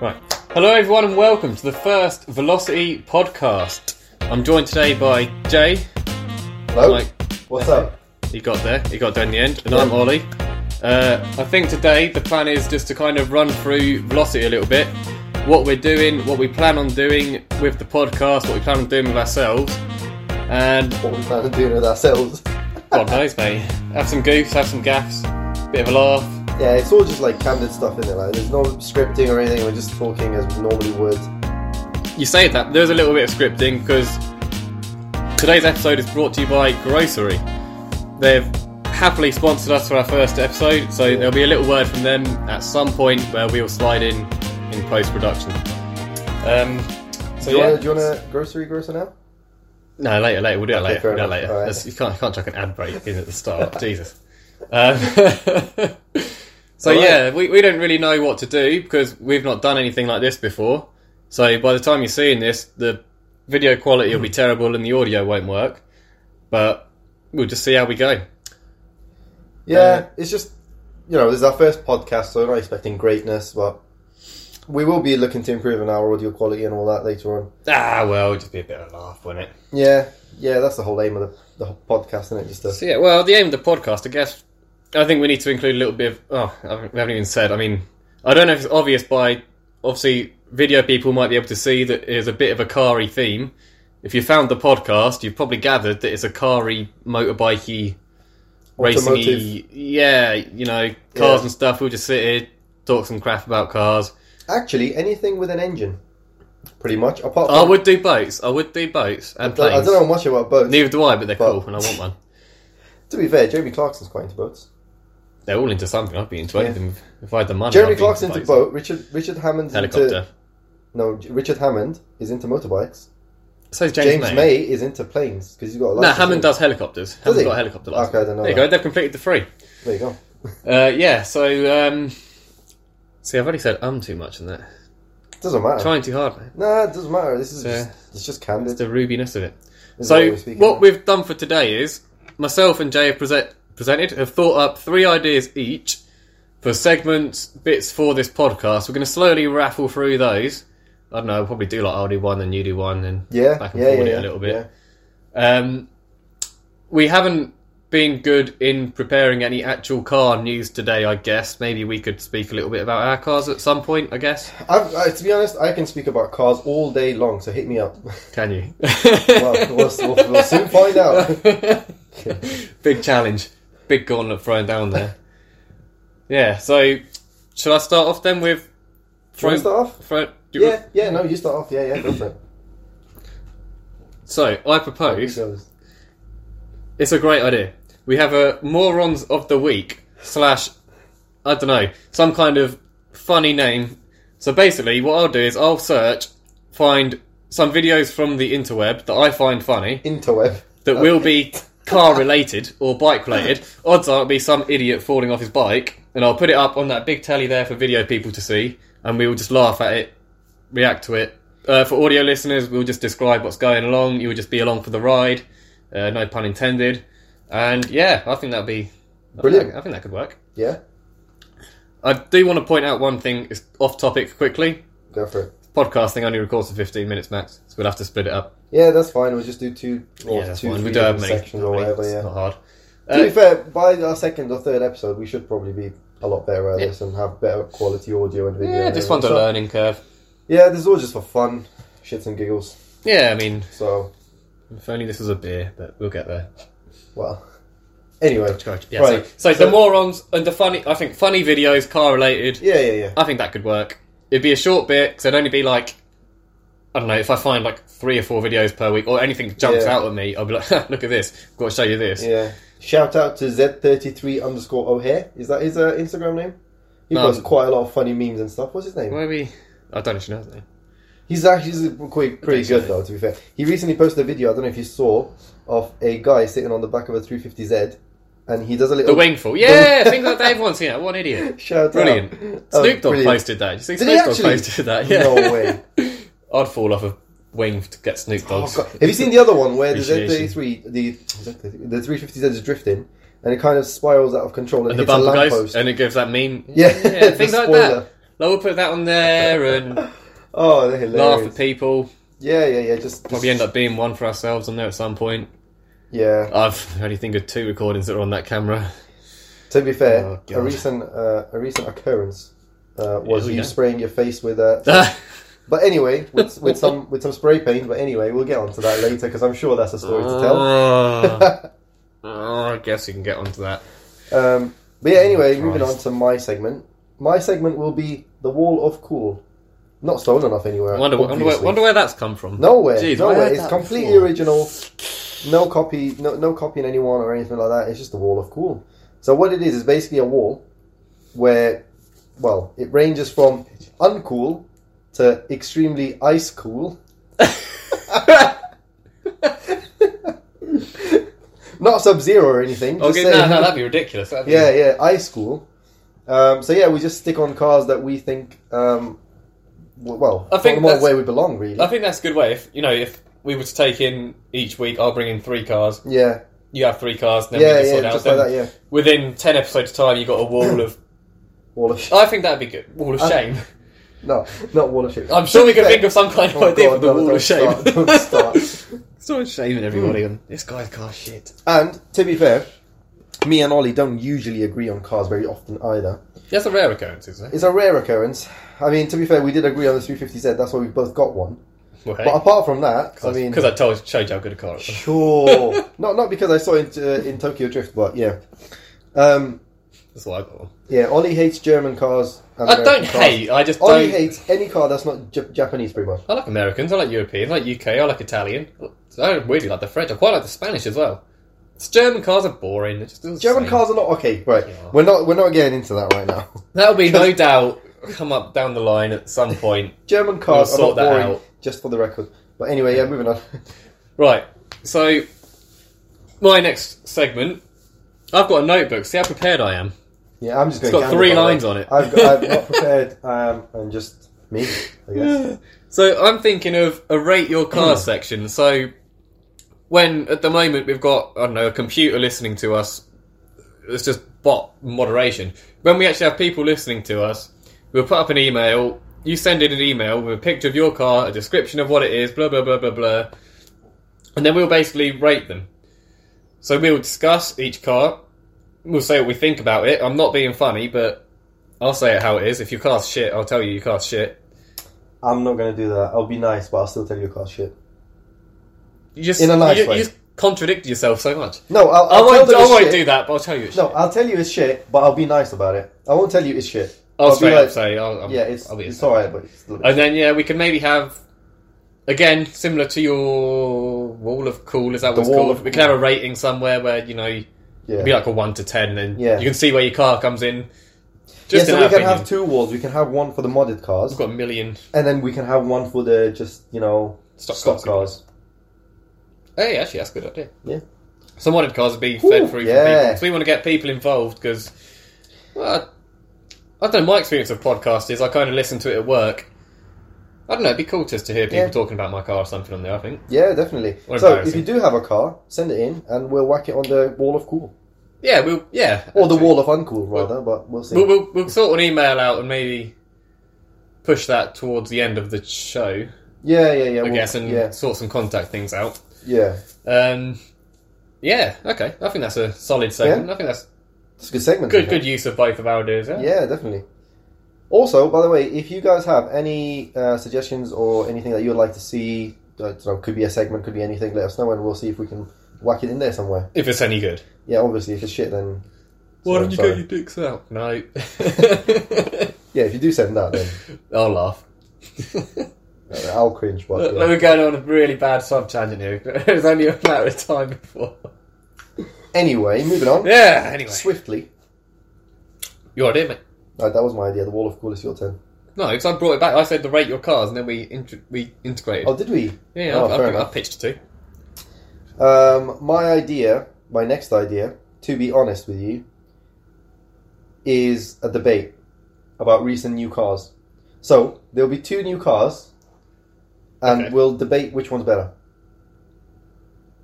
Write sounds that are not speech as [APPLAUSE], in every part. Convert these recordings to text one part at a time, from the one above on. Right. Hello, everyone, and welcome to the first Velocity podcast. I'm joined today by Jay. Hello. Like- What's up? He got there. He got there in the end. And I'm Ollie. Uh, I think today the plan is just to kind of run through Velocity a little bit, what we're doing, what we plan on doing with the podcast, what we plan on doing with ourselves, and What we plan on doing with ourselves? God knows, mate. Have some goofs, have some gaffs, bit of a laugh. Yeah, it's all just like candid stuff in there. Like, there's no scripting or anything. We're just talking as we normally would. You say that there's a little bit of scripting because today's episode is brought to you by Grocery. They've happily sponsored us for our first episode, so there'll be a little word from them at some point where we will slide in in post production. Um, so Do you, yeah, wanna, do you wanna grocery grocer now? no, later, later. We'll do it later. fair We'll do it enough. later. All right. That's- You can't, you can't chuck an ad break in at the [LAUGHS] start. Jesus. Um, [LAUGHS] so All right. yeah, we, we don't really know what to do because we've not done anything like this before. So by the time you're seeing this, the video quality will be Hmm. terrible and the audio won't work. But we'll just see how we go. Yeah, Uh, it's just you know, this is our first podcast, so we're not expecting greatness, but we will be looking to improve on our audio quality and all that later on. Ah, well, it'll just be a bit of a laugh, won't it? Yeah, yeah, that's the whole aim of the, the whole podcast, isn't it? Just So to, yeah, well, the aim of the podcast, I guess, I think we need to include a little bit of. Oh, I haven't- we haven't even said. I mean, I don't know if it's obvious by obviously video people might be able to see that there's a bit of a carry theme. If you found the podcast, you've probably gathered that it's a carry, motorbikey, Automotive. racing. Yeah, you know, cars Yeah. and stuff. We'll just sit here, talk some crap about cars. actually anything with an engine, pretty much. Apart from I would do boats. I would do boats and I don't- I planes. don't know much about boats. Neither do I, but they're But- cool, and I want one. To be fair, Jeremy Clarkson's quite into boats. They're all into something. I'd be into Yeah. anything if- if I had the money. I'd be Jeremy into Clark's into boats. boat. Richard Richard Hammond's helicopter. into no. J- Richard Hammond is into motorbikes. So is James, May. James, May. is into planes because he's got a. No, license, Hammond hasn't does helicopters. Does Hammond's he? got a helicopter Okay, I license. didn't know there you that. go. They've completed the three. he? There you go. Uh, yeah. So um, see, I've already said um too much in that. Doesn't matter. Trying too hard, man. Nah, it doesn't matter. This is Yeah. just, it's just candid. It's the rubiness of it. This is so we're speaking what about. we've done for today is myself and Jay have present, presented have thought up three ideas each for segments bits for this podcast. We're going to slowly raffle through those. I don't know. We'll probably do like I'll do one, then you do one, then yeah, back and yeah, yeah, forward it a yeah, little bit. yeah. Um, we haven't been good in preparing any actual car news today, I guess. Maybe we could speak a little bit about our cars at some point, I guess. I've, I, to be honest, I can speak about cars all day long. So hit me up. [LAUGHS] Can you? [LAUGHS] well, we'll, we'll, we'll soon find out. Big challenge. Big gauntlet thrown down there. Yeah, so shall I start off then with. Do you want to start off? throw- do you- Yeah, yeah. No, you start off. Yeah, yeah. [LAUGHS] Go for it. So, I Here propose. goes. It's a great idea. We have a morons of the week slash I don't know some kind of funny name. So basically, what I'll do is I'll search, find some videos from the interweb that I find funny Interweb. that will be car related or bike [LAUGHS] related. Odds are it'll be some idiot falling off his bike, and I'll put it up on that big telly there for video people to see, and we will just laugh at it, react to it. Uh, for audio listeners, we'll just describe what's going along. You'll just be along for the ride, uh, no pun intended. And yeah, I think that'd be I think Brilliant. that- I think that could work. Yeah. I do want to point out one thing is off topic quickly. Go for it. Podcasting only records for 15 minutes max, so we'll have to split it up. Yeah, that's fine. We'll just do two or yeah, that's two fine. We three do have different many. sections or whatever. it's Yeah. not hard. to be Uh, fair, by our second or third episode, we should probably be a lot better at this and have better quality audio and video. Yeah, and this everything. one's a So- learning curve. Yeah, this is all just for fun, shits and giggles. Yeah, I mean, So, if only this was a beer, but we'll get there. well, anyway, Yeah, Right, So, so, so- the morons and the funny, I think funny videos, car related, yeah, yeah, yeah, I think that could work. It'd be a short bit, because it'd only be like, I don't know, if I find like three or four videos per week or anything that jumps Yeah. out at me, I'll be like, [LAUGHS] look at this, I've got to show you this. yeah. Shout out to Z33 underscore O'Hare. Is that his uh, Instagram name? He No. posts quite a lot of funny memes and stuff. What's his name? Maybe, I don't actually know his name. He's actually he's quite, pretty good though. To be fair, he recently posted a video. I don't know if you saw of a guy sitting on the back of a 350Z, and he does a The little Wingful. Yeah, things like that everyone's seen that. What an idiot. shout Brilliant. out. [LAUGHS] Oh, Snoop Dogg brilliant. posted that. Did you see Did Snoop he Dogg actually? posted that? Yeah. No way. [LAUGHS] I'd fall off a wing to get Snoop Oh, Dogg's. God. Have you seen the other one where the Appreciation. Z33, the the 350Z is drifting and it kind of spirals out of control and, and the hits a bumper goes, lamppost? and it gives that meme. Yeah, yeah [LAUGHS] the things like spoiler. that. Like, we'll put that on there [LAUGHS] and Oh, they're laugh hilarious. at people. Yeah, yeah, yeah. Just, just Probably end up being one for ourselves on there at some point. Yeah. I've only think of two recordings that are on that camera. [LAUGHS] To be Oh, fair, a God. recent uh, a recent occurrence uh, was Oh, you yeah. spraying your face with uh, but anyway with, with some with some spray paint. But anyway, we'll get onto that later because I'm sure that's a story to Oh, [LAUGHS] tell. oh, I guess we can get onto that. um, but yeah, anyway, moving on Christ. to my segment. My segment will be the wall of cool. Not stolen off anywhere. I wonder, wh- wonder, where, obviously. wonder where that's come from. [LAUGHS] [LAUGHS] Nowhere, Jeez, I nowhere. heard It's that completely before. original. No copy, no no copying anyone or anything like that. It's just a wall of cool. So what it is is basically a wall where, well, it ranges from uncool to extremely ice cool. Not sub zero or anything. just Okay, no, saying. no, that'd be ridiculous. That'd be- Yeah, yeah, ice cool. Um, so yeah, we just stick on cars that we think, um, w- well, I think from more that's- where we belong, really. I think that's a good way. If you know, if we were to take in each week, I'll bring in three cars. yeah, You have three cars. Then we yeah, can yeah, sort out. just then like that, yeah. Within ten episodes' time, you got a wall of. Wall of shit. I think that'd be good. Wall of Uh, shame. No, not wall of shit. I'm sure we can Fair. think of some kind of Oh, idea God, for the no, wall don't of shame. [LAUGHS] start, don't start. Hmm. Stop shaming everybody. on This guy's car shit. And to be fair, me and Ollie don't usually agree on cars very often either. That's a rare occurrence, isn't it? It's a rare occurrence. I mean, to be fair, we did agree on the 350Z. That's why we both got one. Well, But apart from that, I mean, because I told showed you how good a car it was. [LAUGHS] sure, not not because I saw it uh, in Tokyo Drift, but yeah, um, That's why I got one. yeah. Ollie hates German cars. and I American don't cars. hate. I just Ollie don't. hates any car that's not J- Japanese, pretty much. I like Americans. I like Europeans. I like UK. I like Italian. I really like the French. I quite like the Spanish as well. It's German cars are boring. It's just the German same. cars are not okay. Right, Yeah. we're not we're not getting into that right now. [LAUGHS] That'll be no doubt come up down the line at some point. German cars We'll are sort not that boring, out. just for the record. But anyway, yeah, moving on. [LAUGHS] Right. So my next segment, I've got a notebook. See how prepared I am. Yeah, I'm just It's going. got candid, three by the way. lines on it. I've got, I've [LAUGHS] not prepared. I am, I'm just me. I guess. So I'm thinking of a rate your car section. So when at the moment we've got I don't know a computer listening to us, it's just bot moderation. When we actually have people listening to us, we'll put up an email. You send in an email with a picture of your car, a description of what it is, blah blah blah blah blah, and then we'll basically rate them. So we'll discuss each car. We'll say what we think about it. I'm not being funny, but I'll say it how it is. If your car's shit, I'll tell you your car's shit. I'm not going to do that. I'll be nice, but I'll still tell you car shit. You just In a nice you, you way. just contradict yourself so much. No, I'll, I I'll tell won't. them I it's won't shit. do that, but I'll tell you. It's No, shit. I'll tell you it's shit, but I'll be nice about it. I won't tell you it's shit. I'll, be straight like, up say. I'll, I'll, yeah, it's I'll be it's yourself. alright, but it's still And then yeah, we can maybe have again similar to your wall of cool. Is that The what's wall called? of We can have a rating somewhere where you know it'd yeah. be like a one to ten, and Yeah. you can see where your car comes in. yeah, Just so in we our can opinion. have two walls. We can have one for the modded cars, We've got a million. and then we can have one for the just you know Stock stock, cars. cars. Hey, actually, that's a good idea. Yeah. Some wanted cars would be Ooh, fed through yeah. from people. So we want to get people involved because, well, I, I don't know, my experience of podcasts is I kind of listen to it at work. I don't know, it'd be cool just to hear people Yeah. talking about my car or something on there, I think. Yeah, definitely. What so if embarrassing. you do have a car, send it in, and we'll whack it on the wall of cool Yeah, we'll, yeah. or the actually. wall of uncool rather. But we'll see. We'll, we'll, we'll sort an email out and maybe push that towards the end of the show, yeah, yeah, yeah. I we'll- guess, and yeah, sort some contact things out. yeah. Um, yeah, okay. I think that's a solid segment. I think that's It's a good segment. good, I good think. use of both of our ideas. Yeah. Yeah, definitely. Also, by the way, if you guys have any uh, suggestions or anything that you would like to see, I don't know, could be a segment, could be anything, let us know, and we'll see if we can whack it in there somewhere. If it's any good. Yeah, obviously, if it's shit, then Why So, don't you sorry. get your dicks out? No. [LAUGHS] yeah, if you do send that, then I'll [LAUGHS] laugh. uh, I'll cringe. Look, But yeah. We're going on a really bad sub tangent here. [LAUGHS] It was only a matter of time before. anyway, moving on Yeah, anyway. swiftly. Your idea, mate. Uh, that was my idea. The wall of cool is your turn. No, because I brought it back. I said the rate your cars, and then we int- we integrated. Oh, did we? yeah, yeah, oh, I, fair I, I enough. pitched it too. Um, my idea, my next idea, to be honest with you, is a debate about recent new cars. So there'll be two new cars, and Okay. we'll debate which one's better.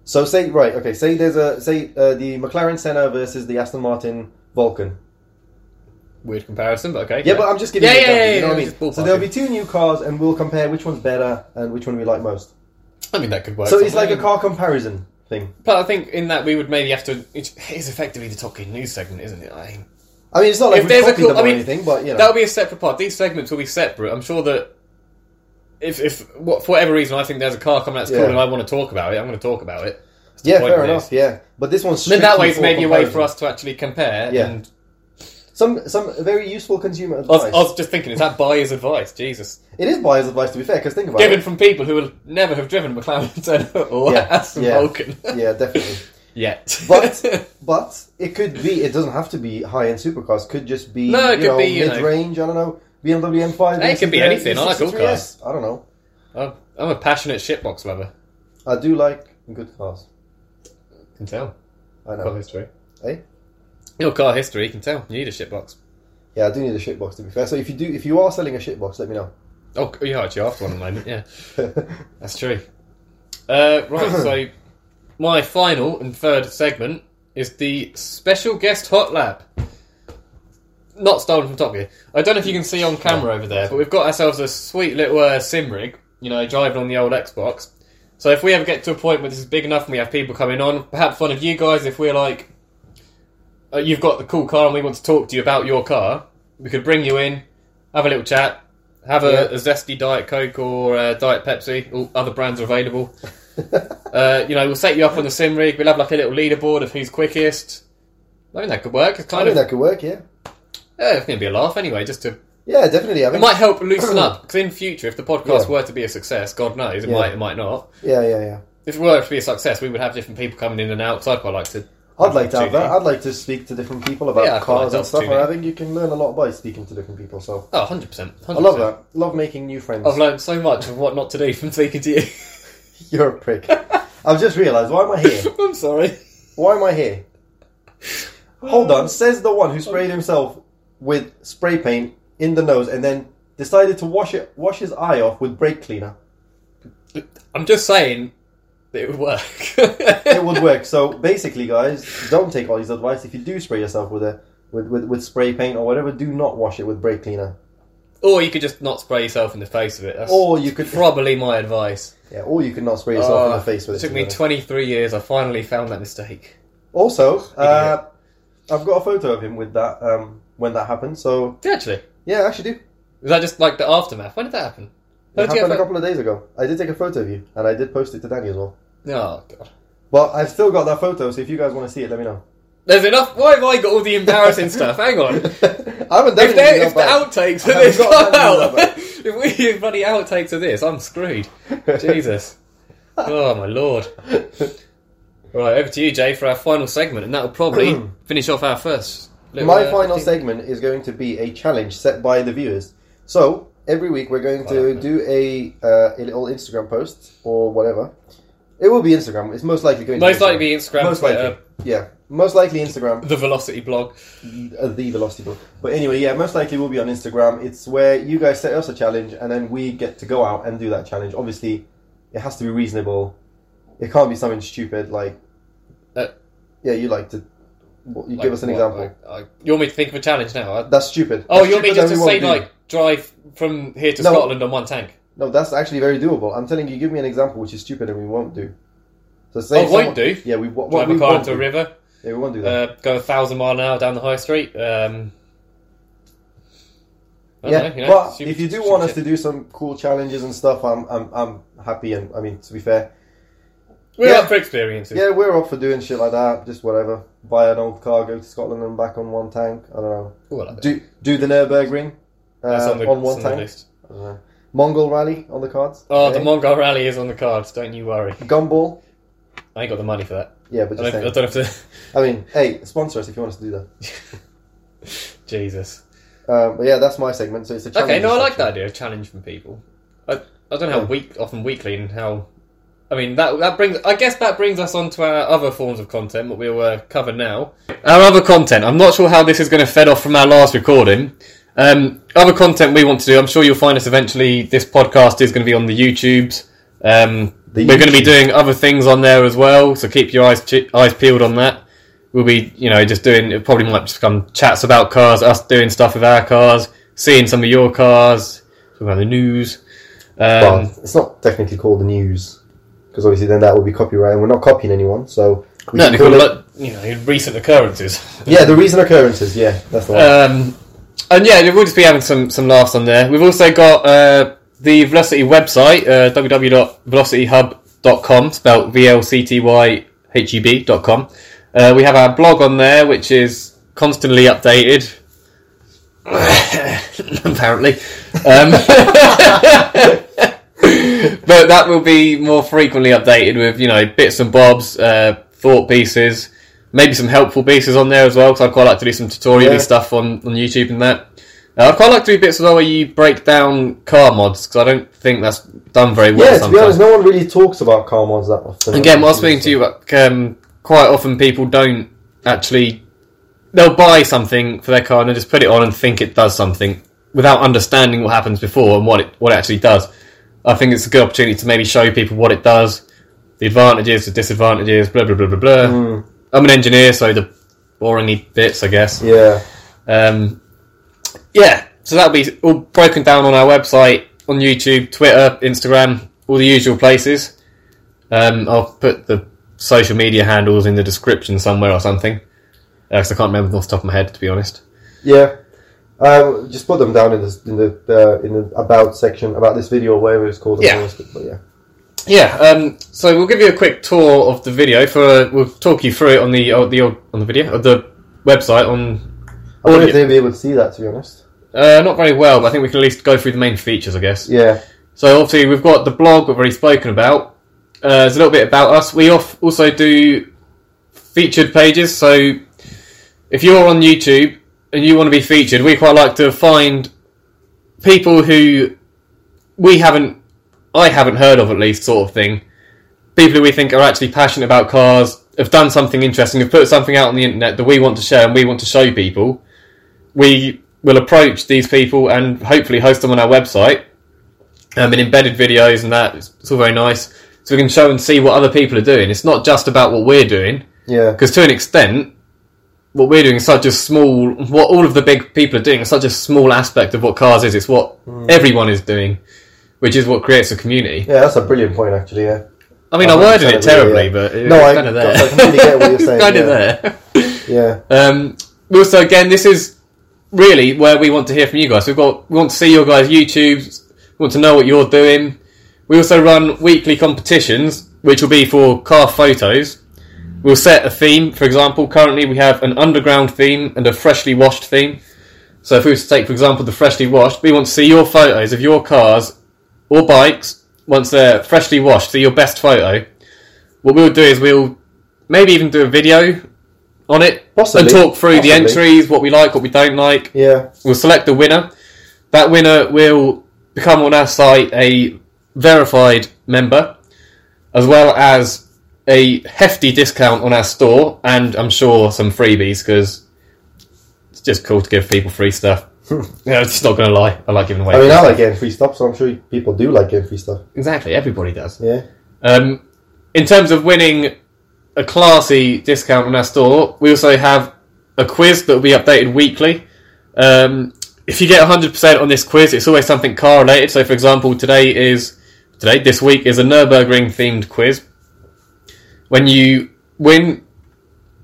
So say right, okay. Say there's a say uh, the McLaren Senna versus the Aston Martin Vulcan. Weird comparison, but okay. Yeah, but I'm just giving Yeah, you yeah, an example, yeah, you know yeah, what I just mean? ballparking. So there'll be two new cars and we'll compare which one's better and which one we like most. I mean that could work. So it's like somewhere. a car comparison thing. But I think in that we would maybe have to. It is effectively the Top Gear news segment, isn't it? I mean, I mean, it's not like If we there's a copied cool- them I or mean, anything, but you know. that'll be a separate part. These segments will be separate. I'm sure that if if what, for whatever reason I think there's a car coming that's Yeah. cool and I want to talk about it, I'm going to talk about it. yeah, point fair it enough. is. Yeah, but this one's Then that strictly way it's for maybe a way for comparison. us to actually compare. Yeah. And Some some very useful consumer I was, I advice. was just thinking, is that buyer's advice? Jesus. It is buyer's advice to be fair, because think about Given it. from people who will never have driven McLaren [LAUGHS] Turner or Yeah, Aston yeah. [LAUGHS] Vulcan. Yeah, definitely. Yet. But but it could be. It doesn't have to be high end supercars. Could just be No, it you could know, be, you know- mid range. I don't know BMW M5. Hey, it could be E63, anything. I like all E63S. I don't know. [LAUGHS] I'm, I'm a passionate shitbox lover. I do like good cars. You can tell. I Car know. history. Eh? Your car history, you can tell. You need a shitbox. Yeah, I do need a shitbox to be fair. So if you do, if you are selling a shitbox, let me know. [LAUGHS] Oh, c- yeah, actually, after one at the moment, yeah. That's true. Uh, right, so my final and third segment is the special guest hot lab. Not stolen from Top Gear. I don't know if you can see on camera over there, but we've got ourselves a sweet little uh, sim rig, you know, driving on the old Xbox. So if we ever get to a point where this is big enough and we have people coming on, perhaps one of you guys, if we're like, uh, you've got the cool car and we want to talk to you about your car, we could bring you in, have a little chat, have a, Yeah. a zesty Diet Coke or uh, Diet Pepsi. All other brands are [LAUGHS] available. Uh, you know, we'll set you up on the sim rig. We'll have like a little leaderboard of who's quickest. I think that could work. It's I kind think of that could work. Yeah. yeah, it's going to be a laugh anyway. Just to Yeah, definitely. I it think. might help loosen [CLEARS THROAT] up because in future, if the podcast Yeah. were to be a success, God knows it Yeah. might, it might not. Yeah, yeah, yeah. If it were to be a success, we would have different people coming in and out. So I'd quite like to. I'd like to have that. opportunity. I'd like to speak to different people about Yeah, I quite like cars that and stuff, and I opportunity. think you can learn a lot by speaking to different people. So Oh, 100 percent. I love that. Love making new friends. [LAUGHS] I've learned so much of what not to do from speaking to you. [LAUGHS] You're a prick. I've just realised why am I here? I'm sorry. Why am I here? Hold on, says the one who sprayed himself with spray paint in the nose and then decided to wash it wash his eye off with brake cleaner. I'm just saying that it would work. [LAUGHS] It would work. So basically guys, don't take all his advice. If you do spray yourself with a with, with, with spray paint or whatever, do not wash it with brake cleaner. Or you could just not spray yourself in the face with it. That's Or you could probably my advice. yeah, or you could not spray yourself in Uh, the face with it. it took to me be honest. 23 years. I finally found that mistake. Also, uh, I've got a photo of him with that um, when that happened. So Did you actually? yeah, I actually do. Was that just like the aftermath? When did that happen? How It did you happened a get couple of days ago. I did take a photo of you, and I did post it to Danny as well. that- Oh, God. But I've still got that photo, so if you guys want to see it, let me [LAUGHS] know. There's enough. Why have I got all the embarrassing stuff? Hang [LAUGHS] on. I If, haven't done there- anything if the that outtakes I of this haven't come got none of out, that back. [LAUGHS] if we have bloody outtakes of this, I'm screwed. bad. [LAUGHS] Jesus. Oh, my lord. [LAUGHS] Right, over to you, Jay, for our final segment, and that'll [CLEARS THROAT] probably finish off our first. little, My uh, final thing. segment is going to be a challenge set by the viewers. So every week we're going to do a uh, a little Instagram post or whatever. It will be Instagram. It's most likely going to Most be likely be Instagram, Most Twitter, likely, yeah. Most likely Instagram. the Velocity blog. uh, the velocity book. But anyway, yeah, most likely we'll be on Instagram. It's where you guys set us a challenge, and then we get to go out and do that challenge. Obviously, it has to be reasonable. It can't be something stupid like. Uh, yeah, you like to. What, you give Like, us an what- example. like, I- you want me to think of a challenge now? I- that's stupid. oh, That's you want me stupid just and to we won't say do it. like drive from here to No. Scotland on one tank? No, that's actually very doable. I'm telling you, give me an example which is stupid and we won't do. So say Oh, won't someone- do? Yeah, we, what, what Drive we a car won't into a do. river, Yeah, we won't do that. uh, go a thousand mile an hour down the high street. Um, I don't yeah, know, you know, but stupid- if you do stupid want us shit. to do some cool challenges and stuff, I'm I'm, I'm happy. And I mean, to be fair, we're yeah. up for experiences. Yeah, we're up for doing shit like that. Just whatever. Buy an old car, go to Scotland and back on one tank. I don't know. Ooh, I like that. Do do the Nurburgring uh, That's on, on the, one it's on the tank. list. I don't know. Mongol Rally on the cards. Oh, the Eh? Mongol Rally is on the cards. Don't you worry. Gumball. I ain't got the money for that. Yeah, but I don't, I just saying. don't have to. I mean, hey, sponsor us if you want us to do that. Jesus. Um, but yeah, that's my segment. So it's a challenge. Okay, no, I like section. that idea of challenge from people. I, I don't know how Yeah. week often weekly and how. I mean that that brings. I guess that brings us on to our other forms of content that we'll uh, cover now. Our other content. I'm not sure how this is going to fed off from our last recording. Um, other content we want to do. I'm sure you'll find us eventually. This podcast is going to be on the YouTubes. Um, The we're going to be YouTubes. doing other things on there as well. So keep your eyes chi- eyes peeled on that. we'll be, you know, just doing. It probably might just come chats about cars, us doing stuff with our cars, seeing some of your cars, talking about the news. Um, well, it's not technically called the news because obviously then that would be copyright, and we're not copying anyone. So we no, can they call call it- it, you know, recent occurrences. yeah, the recent occurrences. Yeah, that's the one. Um, and yeah, we'll just be having some, some laughs on there. We've also got uh, the Velocity website, uh, www.velocityhub.com, spelled V L C T Y H E U B.com. Uh, we have our blog on there, which is constantly updated. [LAUGHS] Apparently. Um, [LAUGHS] but that will be more frequently updated with, you know, bits and bobs, uh, thought pieces, maybe some helpful pieces on there as well, because I'd quite like to do some tutorial Yeah. stuff on, on YouTube and that. Uh, I'd quite like to do bits as well where you break down car mods, because I don't think that's done very well yeah, to be sometimes. honest, no one really talks about car mods that often. Again, while speaking to you, like, um, quite often people don't actually. They'll buy something for their car and they just put it on and think it does something without understanding what happens before and what it what it actually does. I think it's a good opportunity to maybe show people what it does, the advantages, the disadvantages, blah blah blah blah blah. Mm, I'm an engineer, so the boringy bits, I guess. yeah, Um, yeah, so that'll be all broken down on our website, on YouTube, Twitter, Instagram, all the usual places. Um, I'll put the social media handles in the description somewhere or something. Because I can't remember them off the top of my head, to be honest. yeah. Um, just put them down in the in the uh, in the about section about this video, wherever it's called. Yeah. But yeah. Yeah, um, so we'll give you a quick tour of the video. For we'll talk you through it on the on the old- on the video of the website on. I wonder if Audio. they'll be able to see that. To be honest. Uh, not very well, but I think we can at least go through the main features, I guess. Yeah. So obviously we've got the blog we've already spoken about. Uh, there's a little bit about us. We off- also do featured pages. So if you're on YouTube and you want to be featured, we quite like to find people who we haven't, I haven't heard of at least, sort of thing. People who we think are actually passionate about cars, have done something interesting, have put something out on the internet that we want to share and we want to show people. We will approach these people and hopefully host them on our website um, and embedded videos and that. It's, it's all very nice. So we can show and see what other people are doing. It's not just about what we're doing, Yeah. because to an extent, what we're doing is such a small, what all of the big people are doing is such a small aspect of what cars is. It's what Hmm. everyone is doing, which is what creates a community. Yeah, that's a brilliant point, actually. Yeah. I mean, I I worded understand it it, yeah, terribly, yeah. but it, No, it's I- kind of there. I completely get what [LAUGHS] you're saying, kind of yeah. there. Yeah. Um, also, again, this is really where we want to hear from you guys. We've got we want to see your guys' YouTubes. We want to know what you're doing. We also run weekly competitions, which will be for car photos. We'll set a theme. For example, currently we have an underground theme and a freshly washed theme. So if we were to take, for example, the freshly washed, we want to see your photos of your cars or bikes once they're freshly washed. So your best photo. What we'll do is we'll maybe even do a video on it Possibly. and talk through the Possibly. entries, what we like, what we don't like. Yeah. We'll select the winner. That winner will become on our site a verified member, as well as a hefty discount on our store, and I'm sure some freebies because it's just cool to give people free stuff. [LAUGHS] you know, it's not going to lie. I like giving away. Hmm. I mean, free I stuff. like getting free stuff, so I'm sure people do like getting free stuff. exactly. Everybody does. Yeah. Um, in terms of winning a classy discount on our store, we also have a quiz that will be updated weekly. Um, if you get 100% on this quiz, it's always something car related. So, for example, today is today this week is a Nurburgring themed quiz. When you win,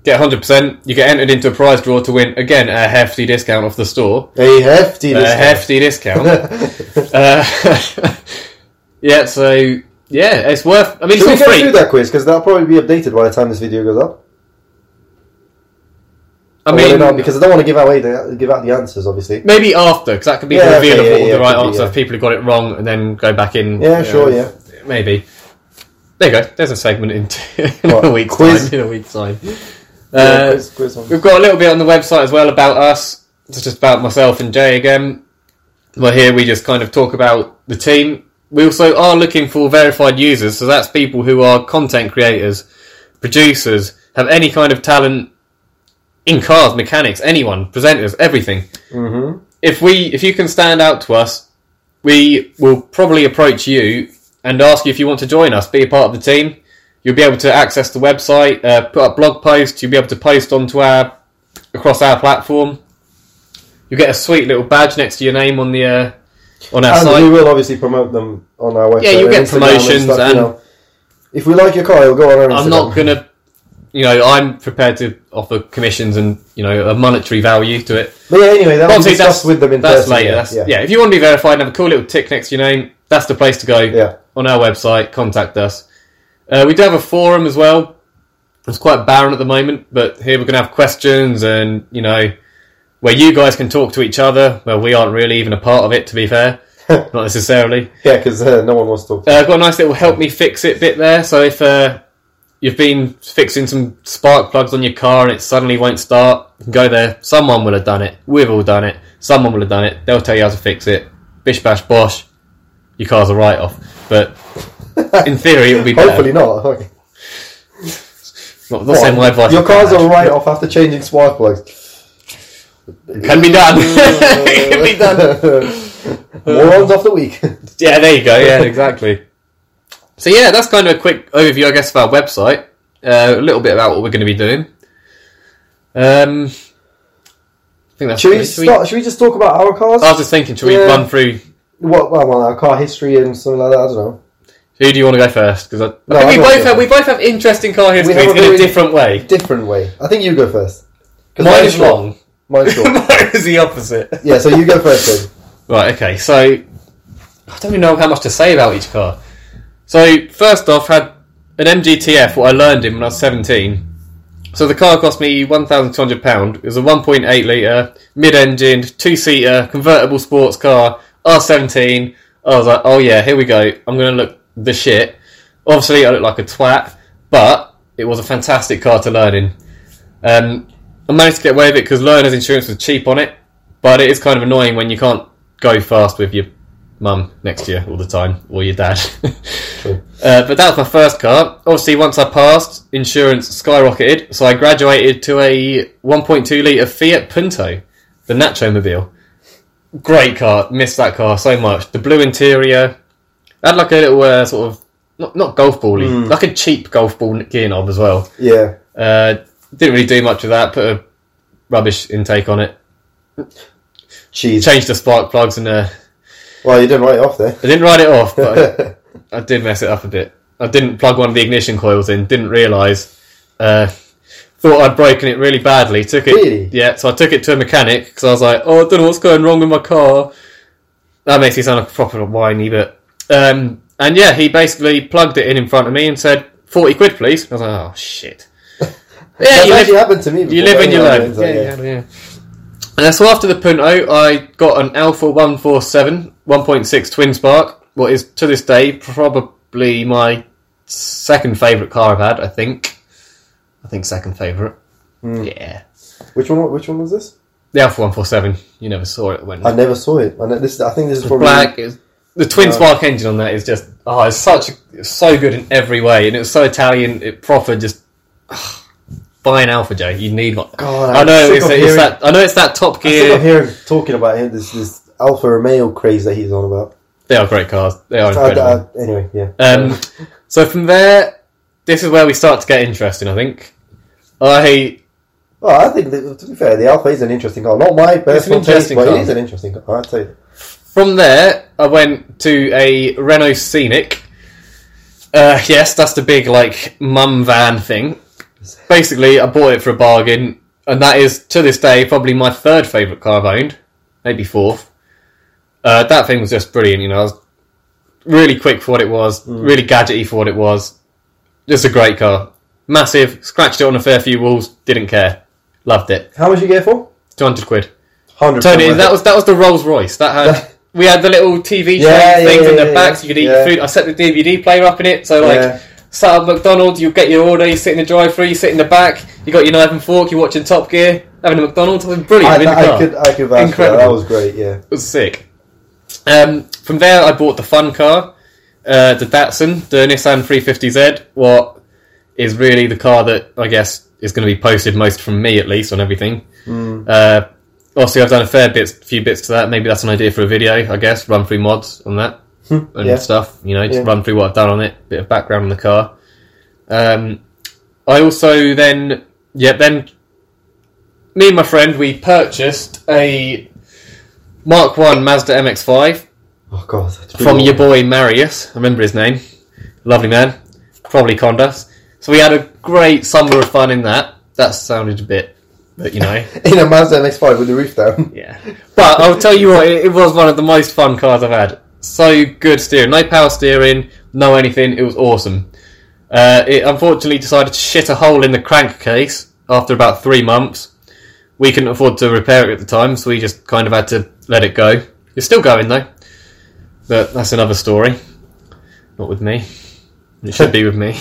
get 100%, you get entered into a prize draw to win again a hefty discount off the store. A hefty A discount. Uh, hefty discount. [LAUGHS] Uh, [LAUGHS] yeah, so yeah, it's worth. I mean, Should we it's all go free. through that quiz? Because that'll probably be updated by the time this video goes up. I Or will it mean, Uh, not? because I don't want to give away the, give out the answers, obviously. maybe after because that could be Yeah, the okay, reveal of yeah, all yeah, the right could be, answer yeah. if people who got it wrong and then go back in. Yeah, you sure, yeah. maybe. There you go. There's a segment in, [LAUGHS] in What, a week's quiz? time. In a week's time. Yeah, Uh, quiz, quiz on- We've got a little bit on the website as well about us. It's just about myself and Jay again. Well, here we just kind of talk about the team. We also are looking for verified users, so that's people who are content creators, producers, have any kind of talent in cars, mechanics, anyone, presenters, everything. Mhm. If we, if you can stand out to us, we will probably approach you and ask you if you want to join us, be a part of the team. You'll be able to access the website, uh, put up blog posts. You'll be able to post onto our across our platform. You get a sweet little badge next to your name on the uh, on our And site. we will obviously promote them on our website. Yeah, you'll and get Instagram promotions and, stuff, and- you know. if we like your car, it'll go on our Instagram. I'm not gonna, you know, I'm prepared to offer commissions and you know a monetary value to it. But yeah, anyway, that will be Obviously, discussed with them in that's person. later. yeah, That's, yeah. if you want to be verified and have a cool little tick next to your name, that's the place to go. Yeah. on our website, contact us. Uh, we do have a forum as well. It's quite barren at the moment, but here we're going to have questions and you know where you guys can talk to each other. Well, we aren't really even a part of it, to be [LAUGHS] fair, not necessarily. Yeah, because uh, no one wants to talk. Uh, I've got a nice little help me fix it bit there. So if uh, you've been fixing some spark plugs on your car and it suddenly won't start, you can go there. Someone will have done it. We've all done it. Someone will have done it. They'll tell you how to fix it. Bish bash bosh. Your car's a write off. But in theory, it'll be better. [LAUGHS] Hopefully not. Okay. Not, not saying my advice. Your is car's bad. a write off after changing spark plugs. Can be done. it can [LAUGHS] be [LAUGHS] done. Morons of the week. [LAUGHS] Yeah, there you go. Yeah, exactly. So yeah, that's kind of a quick overview, I guess, of our website. Uh, a little bit about what we're going to be doing. Um, I think that's. should, we it. just start, should we just talk about our cars? I was just thinking, should we Yeah. run through? what, well, well, our car history and something like that. I don't know. Who do you want to go first? Because I, No, I I think we don't both know. have we both have interesting car histories have a in a very- different way. Different way. I think you go first. 'Cause Mine is short. long. Mine's [LAUGHS] short. Mine is the opposite. yeah, so you go first then. Right, okay, so I don't even know how much to say about each car. So, first off, had an MGTF, what I learned in when I was 17. So, the car cost me £1,200. It was a 1.8 litre, mid engined, two seater, convertible sports car, R17. I was like, oh yeah, here we go. I'm going to look the shit. Obviously, I look like a twat, but it was a fantastic car to learn in. Um, I managed to get away with it because learner's insurance was cheap on it, but it is kind of annoying when you can't go fast with your mum next to you all the time or your dad. [LAUGHS] True. uh, but that was my first car. Obviously, once I passed, insurance skyrocketed, so I graduated to a 1.2 litre Fiat Punto, the Nacho Mobile. Great car, missed that car so much. The blue interior I had like a little uh, sort of not not golf bally, like a cheap golf ball gear knob as well. Yeah. Uh, didn't really do much with that. Put a rubbish intake on it. Cheese. Changed the spark plugs, and uh, Well, you didn't write it off there. I didn't ride it off, but I, I did mess it up a bit. I didn't plug one of the ignition coils in. Didn't realise. Uh, thought I'd broken it really badly. Took it. Really? Yeah. So I took it to a mechanic because I was like, "Oh, I don't know what's going wrong with my car." That makes me sound like a proper whiny, but um, and yeah, he basically plugged it in in front of me and said, 40 quid, please." I was like, "Oh shit." [LAUGHS] yeah, That's you live- actually happened to me. You before, live and you anyway, learn. so, yeah, yeah. And so after the Punto, I got an Alpha 147 1.6 Twin Spark, what is to this day probably my second favourite car I've had, I think. I think second favourite. Yeah. Which one? Which one was this? The Alpha 147, you never saw it when I never saw it. I, know, this, I think this is probably uh, black. It was, the twin No. spark engine on that is just oh, it's such it's so good in every way, and it was so Italian. It proper just [SIGHS] ugh, buy an Alpha J. You need one. God, I I'm know sick it's, of it's hearing- that. I know it's that Top I think I'm Gear. hearing talking about him. This this Alfa Romeo craze that he's on about. They are great cars. They are I, incredible. I, anyway, yeah. Um, so from there, this is where we start to get interesting. I think. I well, I think that, to be fair, the Alfa is an interesting car. Not my personal taste, interesting but car. it is an interesting car. I'd say. From there, I went to a Renault Scenic. Uh, yes, that's the big like mum van thing. Basically, I bought it for a bargain, and that is to this day probably my third favourite car I've owned, maybe fourth. Uh, that thing was just brilliant. You know, I was really quick for what it was, really gadgety for what it was. Just a great car, massive. Scratched it on a fair few walls, didn't care, loved it. How much you get it for? Two hundred quid. Hundred. Tony, that was that was the Rolls Royce. That had we had the little TV tray Yeah, yeah, things yeah, in the yeah, back, yeah. so you could eat Yeah. your food. I set the DVD player up in it, so like Yeah. sat at McDonald's, you get your order, you sit in the drive-through, you sit in the back, you got your knife and fork, you're watching Top Gear, having a McDonald's. It was brilliant. I, in the I car. could I could vouch for that. That Incredible. was great. Yeah. It was sick. Um, from there, I bought the fun car, uh, the Datsun, the Nissan 350Z. What is really the car that I guess is going to be posted most from me, at least, on everything. Hmm. Uh, obviously, I've done a fair bit, few bits to that. Maybe that's an idea for a video. I guess run through mods on that and Hmm. yeah. stuff. You know, just Yeah. run through what I've done on it, bit of background on the car. Um, I also then, yeah, then me and my friend we purchased a Mark One Mazda MX-5 Oh god, that's from brutal. your boy Marius. I remember his name. Lovely man, probably Condas. So we had a great summer of fun in that. That sounded a bit, but you know. in a Mazda MX-5 with the roof down. Yeah. But I'll tell you what, it, it was one of the most fun cars I've had. So good steering. No power steering, no anything. It was awesome. Uh, it unfortunately decided to shit a hole in the crankcase after about three months. We couldn't afford to repair it at the time, so we just kind of had to let it go. It's still going though. But that's another story. Not with me. It should be with me. [LAUGHS]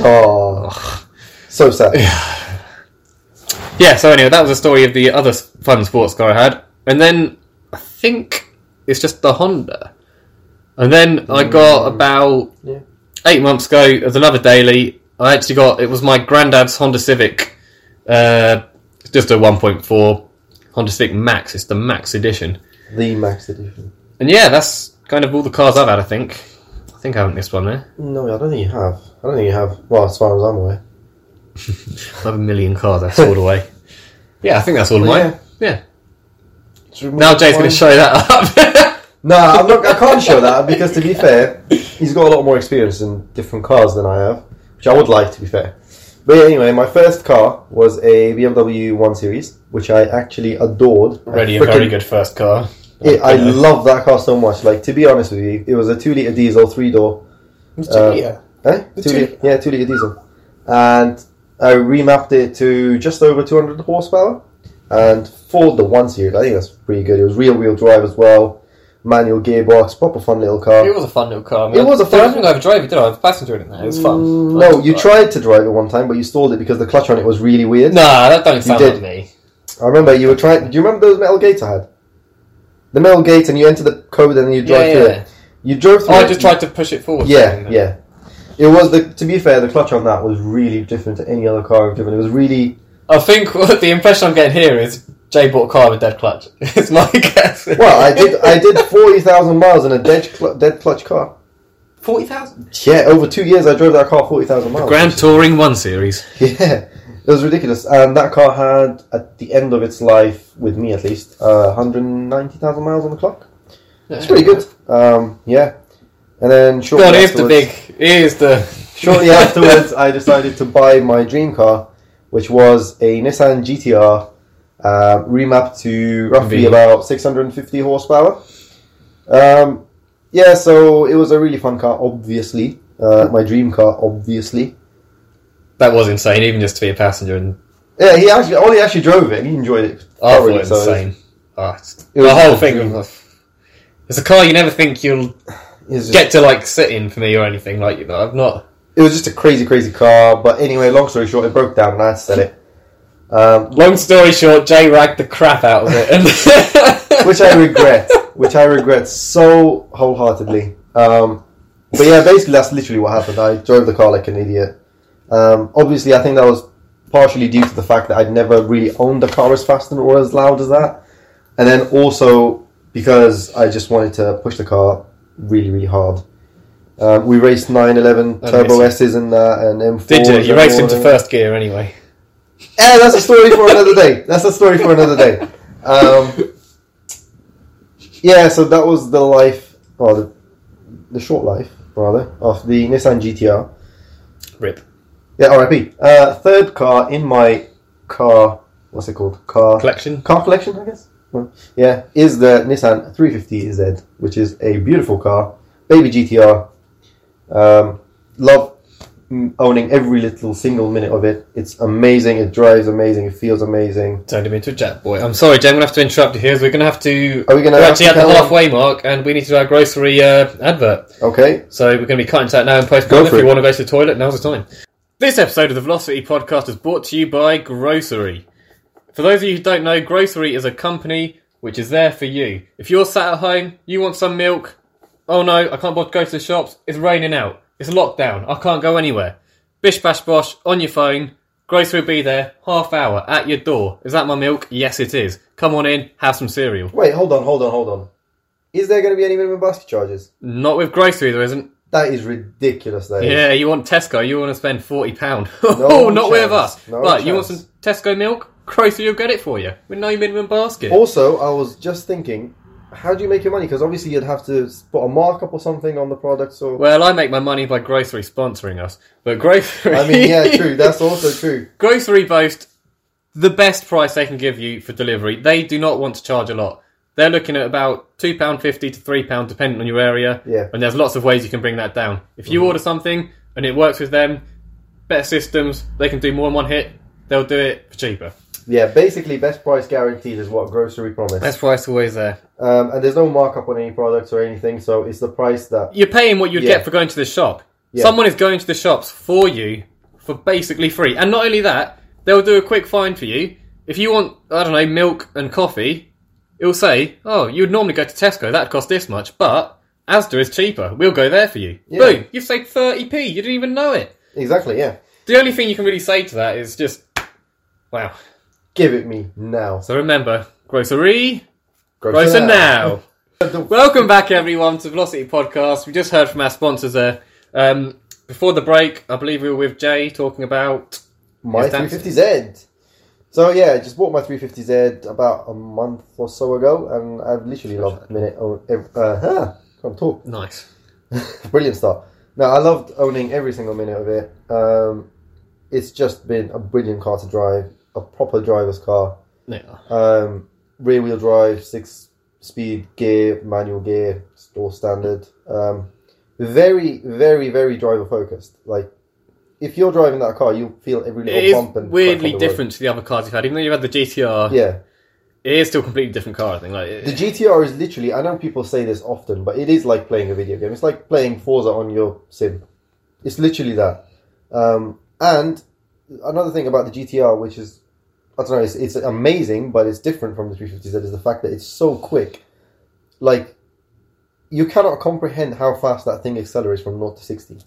Oh, so sad. Yeah, so anyway, that was a story of the other s- fun sports car I had. And then I think it's just the Honda. And then I got about Mm. Yeah. eight months ago, it was another daily. I actually got, it was my granddad's Honda Civic. Uh, it's just a 1.4 Honda Civic Max. It's the Max edition. The Max Edition. And yeah, that's kind of all the cars I've had, I think. I think I haven't missed one there. No, I don't think you have. I don't think you have. Well, as far as I'm aware. I have a million cars I sold [LAUGHS] away. Yeah, I think that's all of Well, mine. Yeah. Should we move Now to Jay's going mine? to show that up. [LAUGHS] No, I'm not, I can't show that because, to be fair, he's got a lot more experience in different cars than I have, which I would like, to be fair. But yeah, anyway, my first car was a BMW 1 Series, which I actually adored. Already I a very frickin- good first car. It, I Yeah. love that car so much. Like, to be honest with you, it was a 2 litre diesel, 3 door. Uh, Eh? The Two two- litre, yeah, two litre diesel. And I remapped it to just over 200 horsepower. And for the one series, I think that's pretty good. It was real wheel drive as well, manual gearbox, proper fun little car. It was a fun little car. I mean, It was a I fun- don't think I ever drove it, did I? I was a passenger in it. It was fun. Mm, I No, liked you it. tried to drive it one time, but you stalled it because the clutch on it was really weird. Nah, that don't sound did. like me. I remember you were trying. Do you remember those metal gates I had? The metal gates, and you enter the code, and then you drive Yeah, through yeah. Oh, it. You drove through. I it, just tried to push it forward. Yeah, yeah. It was the. To be fair, the clutch on that was really different to any other car I've driven. It was really I think [LAUGHS] what the impression I'm getting here is Jay bought a car with dead clutch. [LAUGHS] it's my guess. Well, I did. I did forty thousand miles in a dead cl- dead clutch car. [LAUGHS] forty thousand. Yeah, over two years I drove that car forty thousand miles. Grand Touring 1 series. [LAUGHS] Yeah, it was ridiculous. And that car had, at the end of its life, with me at least, uh, one hundred ninety thousand miles on the clock. It's pretty good. Um, yeah. And then shortly God, here's the afterwards, big. Here's [LAUGHS] the. [LAUGHS] [LAUGHS] shortly afterwards, I decided to buy my dream car, which was a Nissan GTR, uh, remapped to roughly V. about 650 horsepower. Um, yeah, so it was a really fun car, obviously. Uh, my dream car, obviously. That was insane, even just to be a passenger. And Yeah, he actually, Ollie actually drove it. He enjoyed it. I thought thoroughly, it was so Oh, insane. Ah, it's- was the whole just a thing. dream. was- It's a car you never think you'll it's just- get to like sit in for me or anything. Like you know, I've not. It was just a crazy, crazy car. But anyway, long story short, it broke down and I had to sell it. Um, Long story short, Jay ragged the crap out of it, [LAUGHS] and [LAUGHS] which I regret, which I regret so wholeheartedly. Um, but yeah, basically that's literally what happened. I drove the car like an idiot. Um, obviously, I think that was partially due to the fact that I'd never really owned a car as fast and or as loud as that, and then also because I just wanted to push the car really, really hard. Um, we raced 911 Oh, Turbo nice. S's and that, and M4. did you? You raced into first. first gear anyway. Eh, that's a story for another day. That's a story for another day. Um, yeah, so that was the life, or the, the short life, rather, of the Nissan GTR. Rip. Yeah, RIP. Uh, third car in my car, what's it called? Car Collection. car collection, I guess. Well, Yeah, is the Nissan 350Z, which is a beautiful car, baby GTR. Um, love mm, owning every little single minute of it. It's amazing. It drives amazing. It feels amazing. Turned him into a jack boy. I'm sorry, Jay, I'm going to have to interrupt you here. as We're going to have to. Are we gonna We're have actually to at the carry on? halfway mark, and we need to do our grocery uh, advert. Okay. So we're going to be cutting to that now in post. Go If for you it. want to go to the toilet, now's the time. This episode of the Velocity Podcast is brought to you by Grocery. For those of you who don't know, Grocery is a company which is there for you. If you're sat at home, you want some milk. Oh no, I can't bother to go to the shops. It's raining out. It's lockdown. I can't go anywhere. Bish bash bosh on your phone. Grocery will be there half hour at your door. Is that my milk? Yes, it is. Come on in, have some cereal. Wait, hold on, hold on, hold on. Is there going to be any minimum basket charges? Not with grocery, there isn't. That is ridiculous. That is. Yeah, you want Tesco, you want to spend forty pound. [LAUGHS] No oh, not with chance. us. No right, you want chance. some Tesco milk? Crazy, will get it for you with no minimum basket. Also, I was just thinking, how do you make your money? Because obviously you'd have to s- put a markup or something on the products. Or Well, I make my money by grocery sponsoring us, but grocery. I [LAUGHS] mean, yeah, true. That's also true. grocery boast the best price they can give you for delivery. They do not want to charge a lot. They're looking at about two pound fifty to three pound, depending on your area. Yeah. Mm-hmm. And there's lots of ways you can bring that down. If you order something and it works with them, better systems, they can do more in one hit. They'll do it for cheaper. Yeah, basically, best price guaranteed is what grocery promised. Best price always there. Um, and there's no markup on any products or anything, so it's the price that. You're paying what you'd Yeah. get for going to the shop. Yeah. Someone is going to the shops for you for basically free. And not only that, they'll do a quick find for you. If you want, I don't know, milk and coffee, it'll say, oh, you would normally go to Tesco, that'd cost this much, but Asda is cheaper. We'll go there for you. Yeah. Boom, you've saved 30p. You didn't even know it. Exactly, yeah. The only thing you can really say to that is just, wow. Give it me now. So remember, grocery, Grocery grocer now. The- Welcome back, everyone, to Velocity Podcast. We just heard from our sponsors there. Um, before the break, I believe we were with Jay talking about. my Yes, that's- 350Z. So yeah, I just bought my 350Z about a month or so ago, and I've literally loved minute. Oh, ev- uh, huh, can't talk. Nice. Brilliant start. No, I loved owning every single minute of it. Um, it's just been a brilliant car to drive, a proper driver's car. Yeah. Um, rear wheel drive, six speed gear, manual gear, it's all standard. Um, very, very, very driver focused. Like, if you're driving that car, you'll feel every little It is bump and crack on weirdly the road. different to the other cars you've had. Even though you've had the GTR, Yeah, it is still a completely different car, I think. Like, it- the GTR is literally. I know people say this often, but it is like playing a video game. It's like playing Forza on your sim. It's literally that. Um, and another thing about the GTR, which is, I don't know, it's, it's amazing, but it's different from the 350Z, is the fact that it's so quick. Like, you cannot comprehend how fast that thing accelerates from 0 to 60.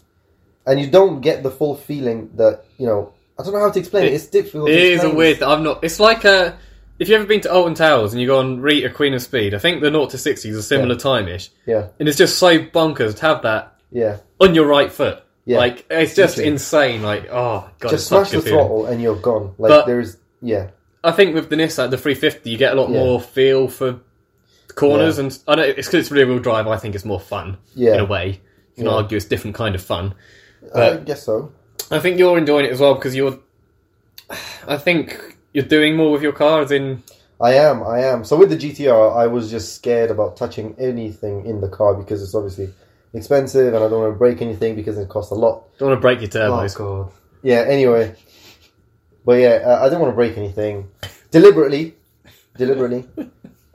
And you don't get the full feeling that, you know, I don't know how to explain it. It- It's difficult. it to is a explain. weird. I'm not. It's like a. If you've ever been to Alton Towers and you go on Rita Queen of Speed, I think the 0 to 60 is a similar time ish. Yeah, And it's just so bonkers to have that yeah. on your right foot. Yeah. Like, it's just Literally. insane. Like, oh, God. just it's such smash a the good feeling. throttle and you're gone. Like But- there is, yeah, I think with the Nissan, the 350, you get a lot Yeah. more feel for corners, Yeah. and I don't, it's because it's rear wheel drive. I think it's more fun Yeah. in a way. You can Yeah. argue it's different kind of fun. I But- guess so. I think you're enjoying it as well because you're. I think you're doing more with your car, as in I am, I am. So with the GTR, I was just scared about touching anything in the car because it's obviously expensive, and I don't want to break anything because it costs a lot. don't want to break your turbos. Oh, god. Yeah. Anyway, but yeah, uh, I didn't want to break anything deliberately. [LAUGHS] Deliberately.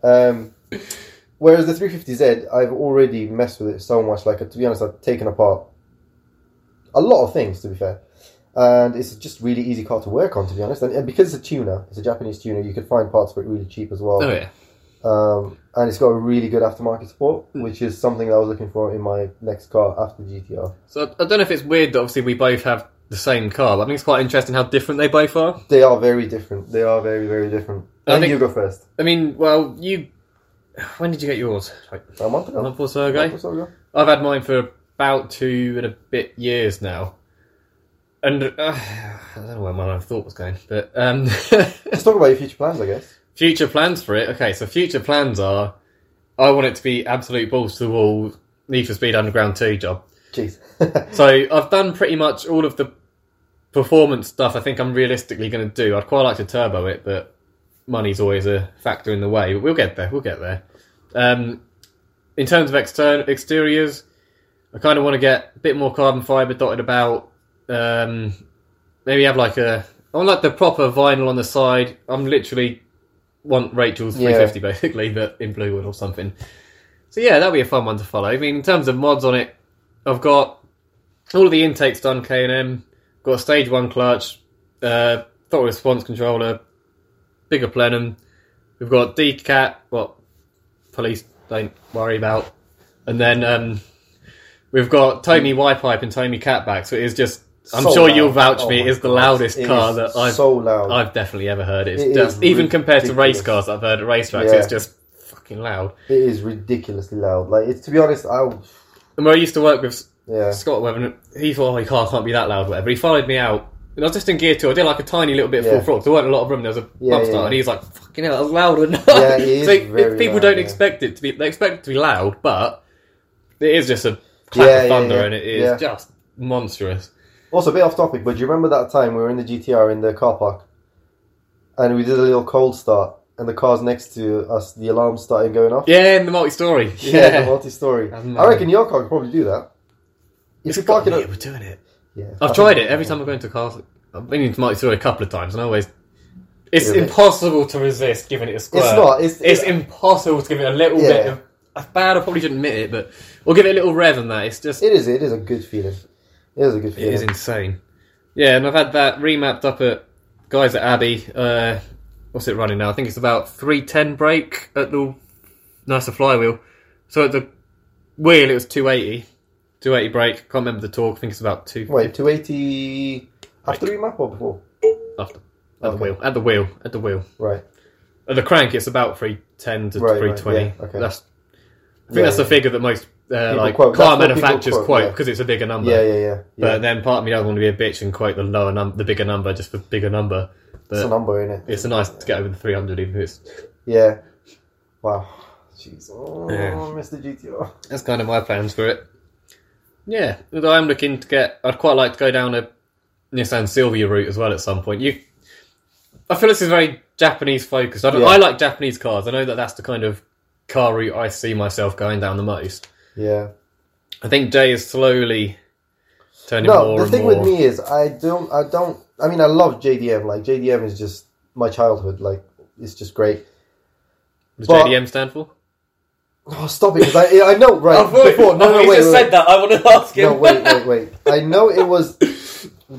um, whereas the 350Z, I've already messed with it so much. Like to be honest, I've taken apart a lot of things. To be fair, and it's just really easy car to work on. To be honest, and, and because it's a tuner, it's a Japanese tuner, you could find parts for it really cheap as well. oh yeah, Um, and it's got a really good aftermarket support, Hmm. which is something that I was looking for in my next car after the GTR. so I I don't know if it's weird that obviously we both have the same car. But I think it's quite interesting how different they both are. They are very different. They are very, very different. I And think- you go first. I mean, well, you. When did you get yours? Like A month a ago. month or so A ago. month or so ago. I've had mine for about two and a bit years now, and uh, [SIGHS] I don't know where my line of thought was going. But um, [LAUGHS] Let's talk about your future plans, I guess. future plans for it. Okay, so future plans are: I want it to be absolute balls to the wall Need for Speed Underground Two job. Jeez. So I've done pretty much all of the performance stuff. I think I'm realistically going to do. I'd quite like to turbo it, but money's always a factor in the way. But we'll get there. We'll get there. Um, in terms of extern exteriors, I kind of want to get a bit more carbon fiber dotted about. Um, maybe have like a. I want like the proper vinyl on the side. I'm literally want Rachel's Yeah. 350 basically, but in blue wood or something. So yeah, that'll be a fun one to follow. I mean, in terms of mods on it, I've got all of the intakes done K and M. Got a stage one clutch, uh, throttle response controller, bigger plenum. We've got decat. What police don't worry about, and then um, we've got Mm. Tommy Y pipe and Tommy Catback. So it is just. I'm So sure loud. you'll vouch Oh me. my It is the God. loudest It car is that I've so loud. I've definitely ever heard. It's It just is even compared to race ridiculous. cars that I've heard at racetracks. Yeah. It's just fucking loud. It is ridiculously loud. Like it's to be honest, I And where I used to work with Yeah. Scott Webber, he thought, oh, your car can't be that loud, whatever. He followed me out. And I was just in gear two. I did like a tiny little bit of Yeah. full throttle. There weren't a lot of room. There was a Yeah, bump start. yeah, yeah. And he's like, fucking hell, that was loud [LAUGHS] enough. Yeah, it is so if very people loud, don't yeah. expect it to be, they expect it to be loud, but it is just a clap Yeah, of yeah, thunder yeah. and it is Yeah. just monstrous. Also, a bit off topic, but do you remember that time we were in the GTR in the car park, and we did a little cold start, and the cars next to us, the alarm started going off. Yeah, in the multi story. the multi-story. That's I reckon your car could probably do that. If It's you got park me, it, we're doing it. yeah. I've tried it every time I go into cars. I've been into multi story a couple of times, and I always. It's Really? impossible to resist giving it a squirt. It's not. It's, It's impossible to give it a little Yeah. bit of. That's bad. I probably shouldn't admit it, but we'll give it a little rev on that. It's just. it is. It is a good feeling. It is a good It feeling. is insane. Yeah, and I've had that remapped up at guys at Abbey. Uh, what's it running now? I think it's about three ten brake at the. No, it's the flywheel. So at the wheel it was 280. 280 brake. Can't remember the torque. I think it's about two Wait, two eighty after remap or before? after. At the Okay. wheel. At the wheel. At the wheel. Right. At the crank it's about three ten to Right, right, three twenty. yeah, okay. That's. I think Yeah, that's the yeah. figure that most uh, like quote. That's car what people manufacturers quote, quote yeah. because it's a bigger number. Yeah, yeah, yeah. But yeah. then part of me doesn't want to be a bitch and quote the lower number, the bigger number, just for bigger number. But it's a number in it. it's a nice to get over the 300, even if it's. Yeah. Wow. Jeez. Oh, Yeah. Mr. GTR. That's kind of my plans for it. Yeah, although I'm looking to get. I'd quite like to go down a Nissan Silvia route as well at some point. You, I feel this is very Japanese focused. I, don't, Yeah. I like Japanese cars. I know that that's the kind of car route I see myself going down the most. Yeah. I think Jay is slowly turning No, more the and thing more. with me is I don't I don't I mean I love JDM. Like JDM is just my childhood. Like it's just great. Does but- JDM stand for? Oh, stop it! Because I I know [LAUGHS] right before. No, no, wait, wait, wait. that. I want to ask No, wait, wait, wait. I know it was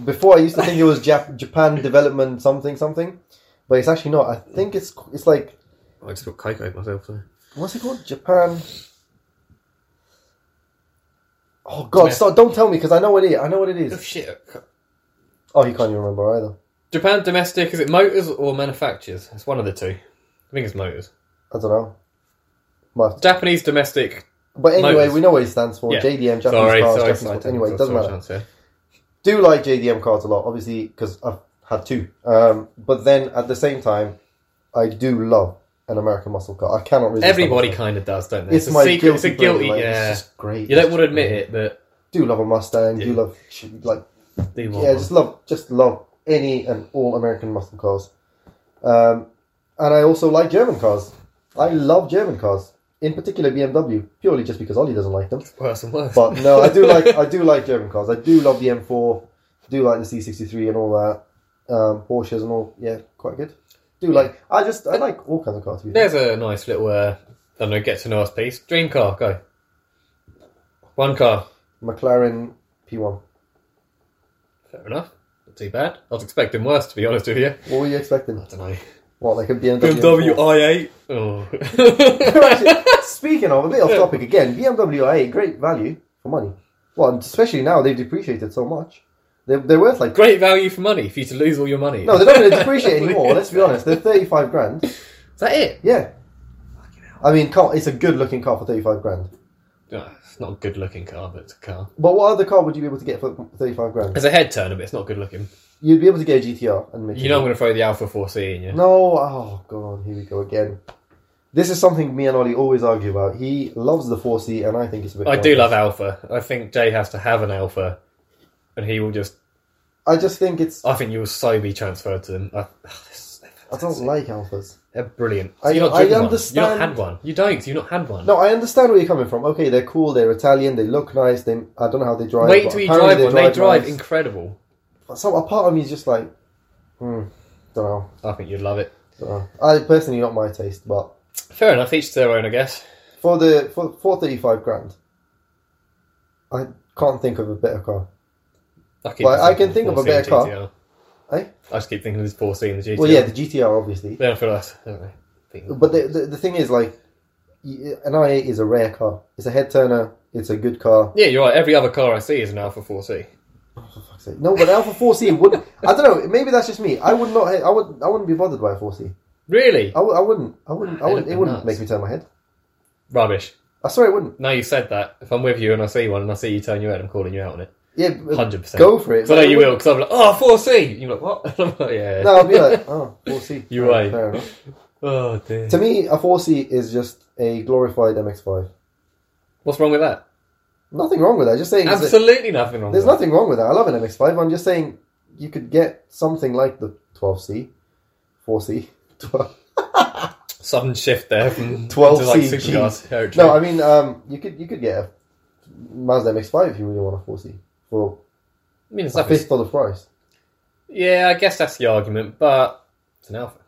before. I used to think it was Jap- Japan Development something something, but it's actually not. I think it's it's like [LAUGHS] I just got Kaiko myself. So. what's it called? Japan. Oh God! Domestic. Stop! Don't tell me because I know what it. Is. I know what it is. shit. Oh, you can't even remember either. Japan domestic, is it motors or manufacturers? It's one of the two. I think it's motors. I don't know. Must. Japanese domestic. But anyway, Motors. we know what it stands for. Yeah. JDM, Japanese sorry, cars, sorry, Japanese sorry. cars. Anyway, sorry, it doesn't sorry, matter. chance, yeah. do like JDM cards a lot, obviously, because I've had two. Um, but then at the same time, I do love an American muscle car. I cannot resist. Everybody that muscle. kind of does, don't they? It's, a my secret- guilty. It's a guilty. pleasure, like, yeah. It's just great. you don't want to admit it, but Do love a Mustang. Yeah. Do love ch- like they want yeah. one. Just love just love any and all American muscle cars. Um, and I also like German cars. I love German cars, in particular BMW, purely just because Ollie doesn't like them. worse and worse. But no, I do like I do like German cars. I do love the M4, do like the C63 and all that, um, Porsches and all. Yeah, quite good. Do like I just I like all kinds of cars. To be fair. There's a nice little, uh, I don't know, get to know us piece. Dream car, go. One car. McLaren P1. Fair enough. Not too bad. I was expecting worse, to be honest with you. What were you expecting? I don't know. What like a BMW? BMW M4? i8. [LAUGHS] Oh. Actually, Speaking of a bit off topic again, BMW i8 great value for money. Well, and especially now they've depreciated so much. They're, they're [LAUGHS] worth like Great value for money for you to lose all your money. no, they're not going to depreciate anymore. Let's be honest, they're thirty-five grand. Is that it? Yeah, I mean, car, it's a good-looking car for thirty-five grand. No, it's not a good looking car, but it's a car. But what other car would you be able to get for 35 grand? It's a head turner, but it's not good looking. You'd be able to get a GTR and make You know I'm going to throw the Alpha 4C in you. No, oh god, here we go again. This is something me and Ollie always argue about. He loves the 4C and I think it's a bit I do pointless. love Alpha. I think Jay has to have an Alpha, and he will just. I just think it's I think you will so be transferred to them. I, [SIGHS] I don't like alphas. They're brilliant. I- you're not I driven one. understand- You've not had one. You don't. You've not had one. No, I understand where you're coming from. Okay, they're cool, they're Italian, they look nice, they I don't know how they drive. Wait but till you apparently drive one. They drive nice. incredible. But some a part of me is just like hmm, don't know. I think you'd love it. Don't know. I personally not my taste, but Fair enough. Each to their own, I guess. for the for, for 35 grand I can't think of a better car. I, keep Well, I thinking can think of a 4C better car. GTR. Eh? I just keep thinking of this 4C and the GTR. Well, yeah, the GTR obviously. They don't feel us, don't they? Think- But the, the, the thing is, like, y- an i8 is a rare car. It's a head turner. It's a good car. Yeah, you're right. Every other car I see is an Alpha 4C. For fuck's sake. No, but Alpha 4C wouldn't. I don't know. Maybe that's just me. I would not. I would. I wouldn't be bothered by a 4C. Really? Oh. I, w- I wouldn't. I wouldn't. They I wouldn't. look It wouldn't nuts. make me turn my head. Rubbish. I swear it wouldn't. Now you've said that, if I'm with you and I see one and I see you turn your head, I'm calling you out on it. Yeah, but 100%. go for it. So I know Like, you it will, because I'm like, oh, 4C! You're like, what? [LAUGHS] I'm like, yeah. No, I'll be like, oh, [LAUGHS] 4C. You're Yeah, right. Fair enough. oh, dear. To me, a 4C is just a glorified MX5. What's wrong with that? Nothing wrong with that. Just saying, it's a- Absolutely nothing wrong there's with nothing wrong with that. I love an MX5. I'm just saying you could get something like the 12C, [LAUGHS] 4C. 12. that. Sudden shift there [LAUGHS] from 12 to, like, C supercars Gs. territory. No, I mean, um, you could you could get a Mazda MX5 if you really want a 4C for I mean, it's a nothing. fifth of the price. Yeah, I guess that's the argument, but it's an alpha.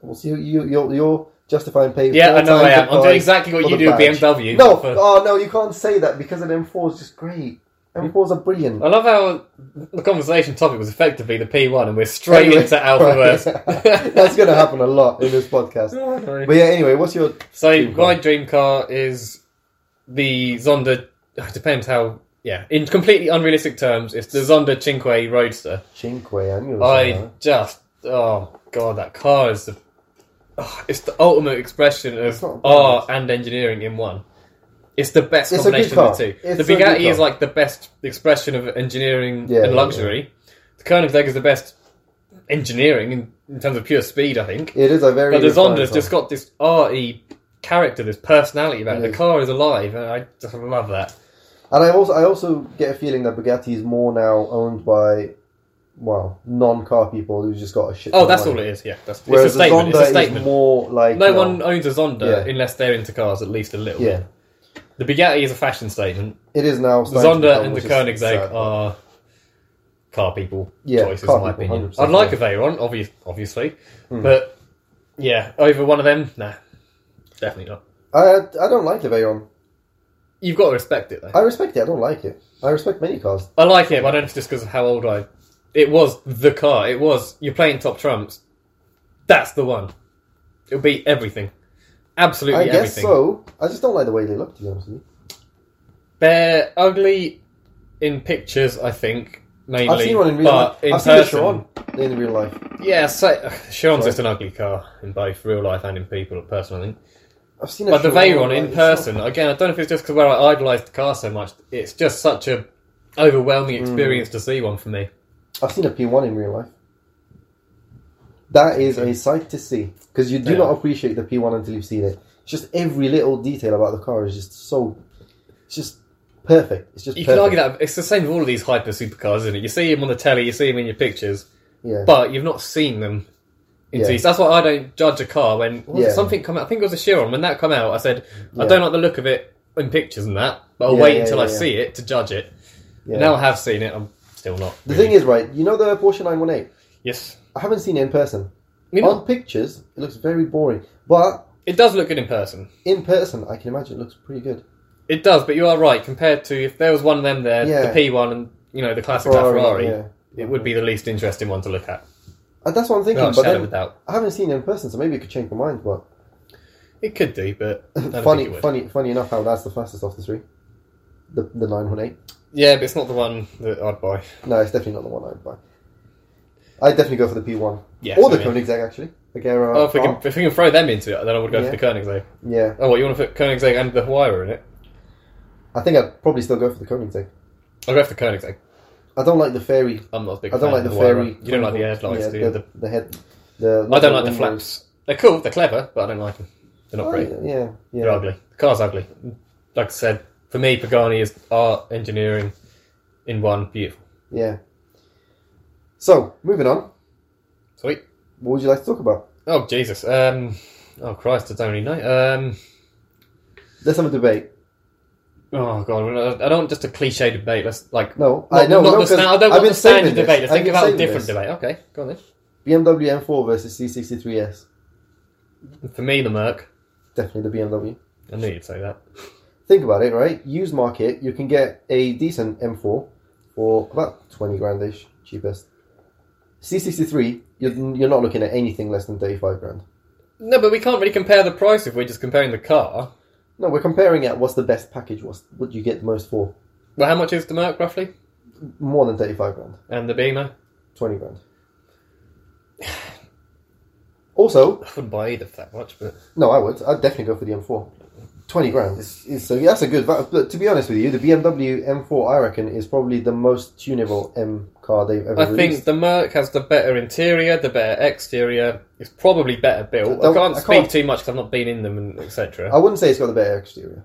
Well, so you, you, you're, you're justifying paying Yeah, four I know I times the am. I'm doing price exactly what for you the do with badge. BMW. No, For- oh no, you can't say that because an M4 is just great. M4s are brilliant. I love how the conversation topic was effectively the P1, and we're straight Anyway, into Alphaverse. [LAUGHS] That's going to happen a lot in this podcast. [LAUGHS] But yeah, anyway, what's your so dream car. my dream car is the Zonda. [SIGHS] It depends how. Yeah, in completely unrealistic terms, it's the Zonda Cinque Roadster. Cinque? I knew it was I somewhere. just, oh god, that car is the, oh, it's the ultimate expression It's not of bad. art and engineering in one. It's the best It's a good combination of the car. two. It's the a good Bugatti is car. like the best expression of engineering Yeah, and yeah, luxury. The Koenigsegg is the best engineering in, in terms of pure speed, I think. It is a very. But the refined Zonda's car. just got this arty character, this personality about it. It The is. car is alive, and I just love that. And I also, I also get a feeling that Bugatti is more now owned by, well, non-car people who've just got a shit. Oh, that's all it is. Yeah, that's it's Whereas a statement. the Zonda it's a statement. is more like no you know, one owns a Zonda Yeah. unless they're into cars at least a little. Yeah, The Bugatti is a fashion statement. it is now. The starting Zonda to become, and the which is Koenigsegg sad. are car people Yeah, choices, car in my people, Hmm. opinion. 100%, I'd like yeah. a Veyron, obvious, obviously, but yeah, over one of them, nah, definitely not. I I don't like the Veyron. You've got to respect it I though. respect it. I don't like it. I respect many cars. I like it, but I don't know if it's just because of how old I. It was the car. It was you're playing top trumps. That's the one. It'll be everything. Absolutely I guess everything. so. I just don't like the way they look. To be honest with you, They're ugly in pictures, I think, mainly. I've seen one in real but life. in I've person, seen a Chiron in real life. Yeah, so ugh, Chiron's Sorry. just an ugly car in both real life and in people, personally. I've seen a But the Veyron Chiron, like, in it's person, again, I don't know if it's just because where I idolised the car so much. It's just such a Mm. overwhelming experience to see one for me. I've seen a P1 in real life. That is a sight to see because you do Yeah. not appreciate the P1 until you've seen it. It's just every little detail about the car is just so, it's just perfect. It's just You can perfect. argue that it's the same with all of these hyper supercars, isn't it? You see them on the telly, you see them in your pictures, yeah, but you've not seen them. in Yeah. seats. That's why I don't judge a car when what was it, Yeah. something come out. I think it was a Chiron. When that come out, I said I Yeah. don't like the look of it in pictures and that, but I'll Yeah, wait yeah, until I yeah, yeah. see it to judge it. yeah. Now I have seen it. I'm still not. the thing is, right? You know the Porsche 918. yes, I haven't seen it in person. you know, On pictures, it looks very boring, but it does look good in person. in person, I can imagine it looks pretty good. It does, but you are right. Compared to if there was one of them there, the Yeah. P1 and you know the classic Ferrari, yeah. it would be the least interesting one to look at. And that's what I'm thinking. Without a but shadow of a then, doubt, I haven't seen it in person, so maybe it could change my mind. But it could do, but I don't think funny, it would. funny, funny enough, how that's the fastest of the three. The the nine one eight. Yeah, but it's not the one that I'd buy. No, it's definitely not the one I'd buy. I'd definitely go for the P one Yeah, or the I mean- Koenigsegg actually. The Gera. Oh, if we, can, if we can throw them into it, then I would go Yeah. for the Koenigsegg. Yeah, Oh, what, you want to put Koenigsegg and the Huayra in it? I think I'd probably still go for the Koenigsegg. I'll go for the Koenigsegg. I don't like the fairy. I'm not a big I fan don't like the of fairy. Huayra. You don't like the headlights, yeah, do you? The, the head. The, I don't like the windows. flaps. They're cool, they're clever, but I don't like them. They're not Oh, great. yeah, yeah. They're ugly. The car's ugly. Like I said, for me, Pagani is art, engineering, in one, beautiful. Yeah. So moving on, Sweet. what would you like to talk about? Oh Jesus. Um. Oh Christ. I don't really know. Um. Let's have a debate. Oh God. I I don't just a cliche debate. Let's like. No, Not- I know. Not no, the 'cause sta- I don't I've want been the standard saving this. debate. Let's I've think been about a saving different this. debate. Okay. Go on then. BMW M4 versus C63S. For me, the Merc. Definitely the BMW. I knew you'd say that. think about it, right? Used market, you can get a decent M4 for about 20 grandish, cheapest. C63, you're, you're not looking at anything less than 35 grand. No, but we can't really compare the price if we're just comparing the car. No, we're comparing at what's the best package, what's, what you get the most for. Well, how much is the Merc roughly? More than 35 grand, And the Beamer. 20 grand. [SIGHS] Also, I wouldn't buy either for that much, but no, I would. I'd definitely go for the M4. 20 grand. It's, it's, so that's a good. va- But to be honest with you, the BMW M4, I reckon, is probably the most tunable M car they've ever I think released. the Merc has the better interior, the better exterior. It's probably better built. I Don't- can't I speak can't- too much because I've not been in them and I etc. wouldn't say it's got the better exterior.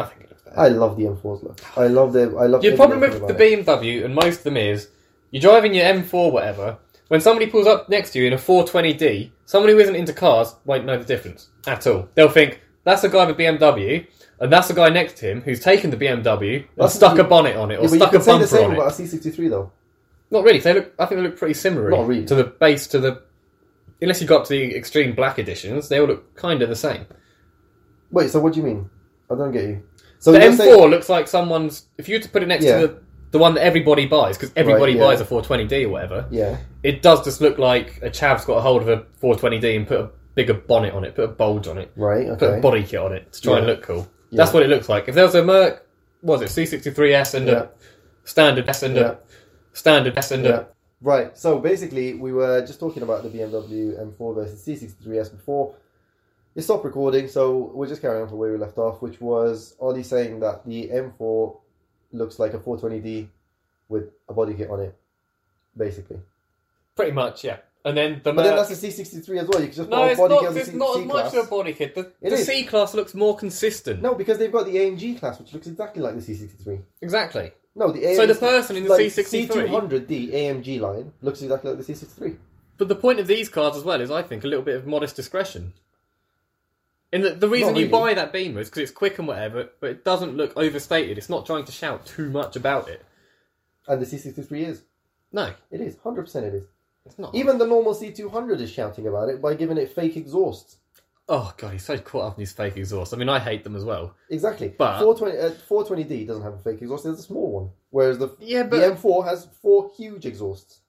I think it looks better. I love the M4's look. I love the. I love Your everything problem with about the it. BMW and most of them is you're driving your M4 whatever. When somebody pulls up next to you in a 420d, somebody who isn't into cars won't know the difference at all. They'll think that's a guy with a BMW, and that's the guy next to him who's taken the BMW and That's- stuck a bonnet on it or Yeah, but you stuck a can say the bumper same on it. about a C63 though. Not really. They look. I think they look pretty similar. Not really. to the base to the. Unless you got to the extreme black editions, they all look kind of the same. Wait, so what do you mean? I don't get you. So The you're M4 saying- looks like someone's. If you were to put it next Yeah. to the, the one that everybody buys, because everybody yeah. buys a 420d or whatever, yeah. it does just look like a chav's got a hold of a 420d and put a bigger bonnet on it, put a bulge on it, Right. put Okay. a body kit on it to try and Yeah. look cool. Yeah. That's what it looks like. If there was a Merc, what was it C63s and Yeah. a standard S and Yeah. a standard S and Yeah. a Right. So basically, we were just talking about the BMW M4 versus C63s before. It stopped recording, so we're just carrying on from where we left off, which was Ollie saying that the M4 looks like a 420D with a body kit on it, basically. pretty much yeah. And then the But Merc. then that's a C63 as well. You can just no, put a it's body kit on not. the It's C- not as much C-Class. of a body kit. The, It the is. C class looks more consistent. No, because they've got the AMG class, which looks exactly like the C63. Exactly. No, the AMG. So the person in the like, C63 C200D AMG line looks exactly like the C63. But the point of these cars as well is, I think, a little bit of modest discretion. And the, the reason Not you really. buy that Beamer is because it's quick and whatever, but it doesn't look overstated. It's not trying to shout too much about it. And the C63 is. No, It is. 100% it is. it's not. Even the normal C200 is shouting about it by giving it fake exhausts. oh god, he's so caught up in his fake exhaust. I mean, I hate them as well. Exactly. But- 420, uh, 420D doesn't have a fake exhaust, it's a small one. Whereas the, Yeah, the but M4 has four huge exhausts.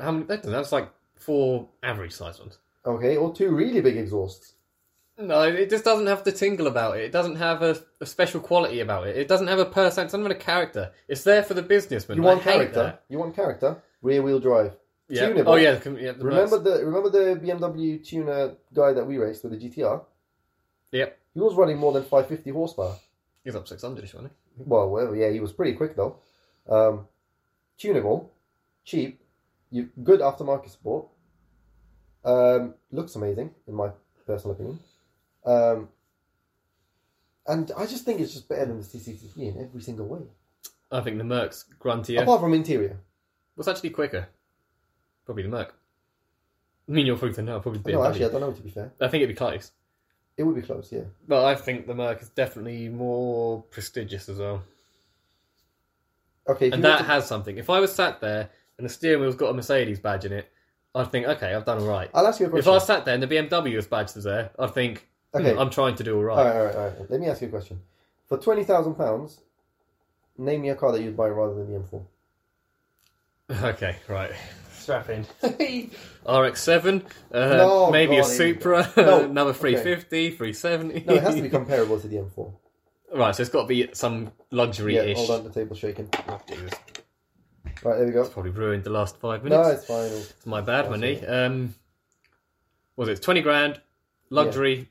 how many? That, that's like four average sized ones. Okay, or two really big exhausts. No, it just doesn't have the tingle about it. It doesn't have a, a special quality about it. It doesn't have a person. It's not even a character. It's there for the businessman. You I want hate character? that. You want character? Rear wheel drive. Yeah. Tunable. Oh yeah. The, yeah the remember the remember the BMW tuner guy that we raced with the GTR? Yep. He was running more than 550 horsepower. He's up six hundred, wasn't he? well, whatever. Yeah, he was pretty quick though. Um, tunable, cheap, you good aftermarket support. Um, looks amazing in my personal opinion. Um, and I just think it's just better than the C63 in every single way, I think the Merc's gruntier. apart from interior. What's actually quicker? Probably the Merc. I mean, you're freaking out. Probably the No, BMW. actually, I don't know. To be fair, I think it'd be close. it would be close. Yeah, But I think the Merc is definitely more prestigious as well. okay. if And you were that to- has something. If I was sat there and the steering wheel's got a Mercedes badge in it, I'd think, okay, I've done all right. I'll ask you a If question. I was sat there and the BMW's badge was there, I'd think, hmm, Okay. I'm trying to do all right. All right, all right, all right. Let me ask you a question. For twenty thousand pounds, name me a car that you'd buy rather than the [LAUGHS] M4. Okay, right. Strap in. RX7, uh, No, maybe a God, here we go. [LAUGHS] Supra, No, another okay. 350, 370. No, it has to be comparable to the M4. [LAUGHS] Right, so it's got to be some luxury Yeah, ish. hold on, the table's shaking. Jesus, Right, there we go. probably ruined the last five minutes. No, it's fine. It's my bad, my That's knee. Um, what was it twenty grand? Luxury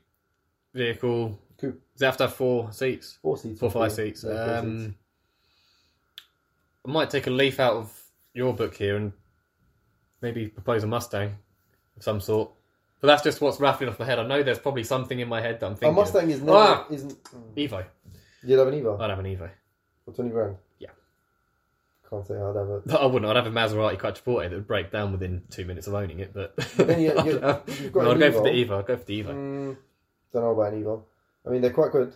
vehicle. Coupe. Does it have to have four seats? Four uh, seats. Four, five Yeah, seats. yeah, four um, seats. I might take a leaf out of your book here and maybe propose a Mustang of some sort. But that's just what's rattling off my head. I know there's probably something in my head that I'm A thinking. of. Mustang is never Ah! isn't. Evo. You'd have an Evo I'd have an Evo. [LAUGHS] for twenty grand. Yeah. Can't say I'd have it. I wouldn't. I'd have a Maserati Quattroporte that would break down within two minutes of owning it. But [LAUGHS] then you- I'd you- have- you've got no, I'd go an for the Evo. Evo. I'd go for the Evo. Mm, don't know about an Evo. I mean, they're quite good.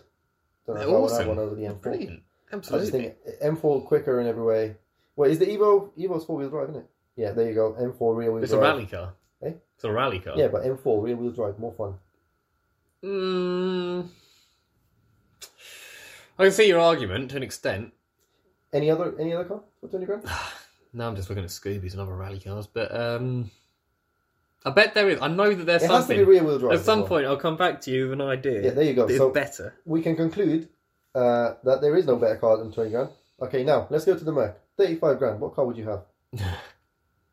Don't know They're if I would have awesome. one over the M4. Brilliant. I just Absolutely. think M4 quicker in every way. Wait, is the Evo Evo's four wheel drive, isn't it? Yeah, there you go. M4 rear wheel It's a drive. rally car. Eh? It's a rally car. Yeah, but M4 rear wheel drive more fun. Mm, I can see your argument to an extent. Any other any other car for twenty grand? Now I'm just looking at Scoobies and other rally cars, but um, I bet there is. I know that there's it has to something. be rear wheel drive. At as some well. point, I'll come back to you with an idea. Yeah, there you go. that is So- better. we can conclude uh, that there is no better car than 20 grand. Okay, now let's go to the Merc. 35 grand. What car would you have?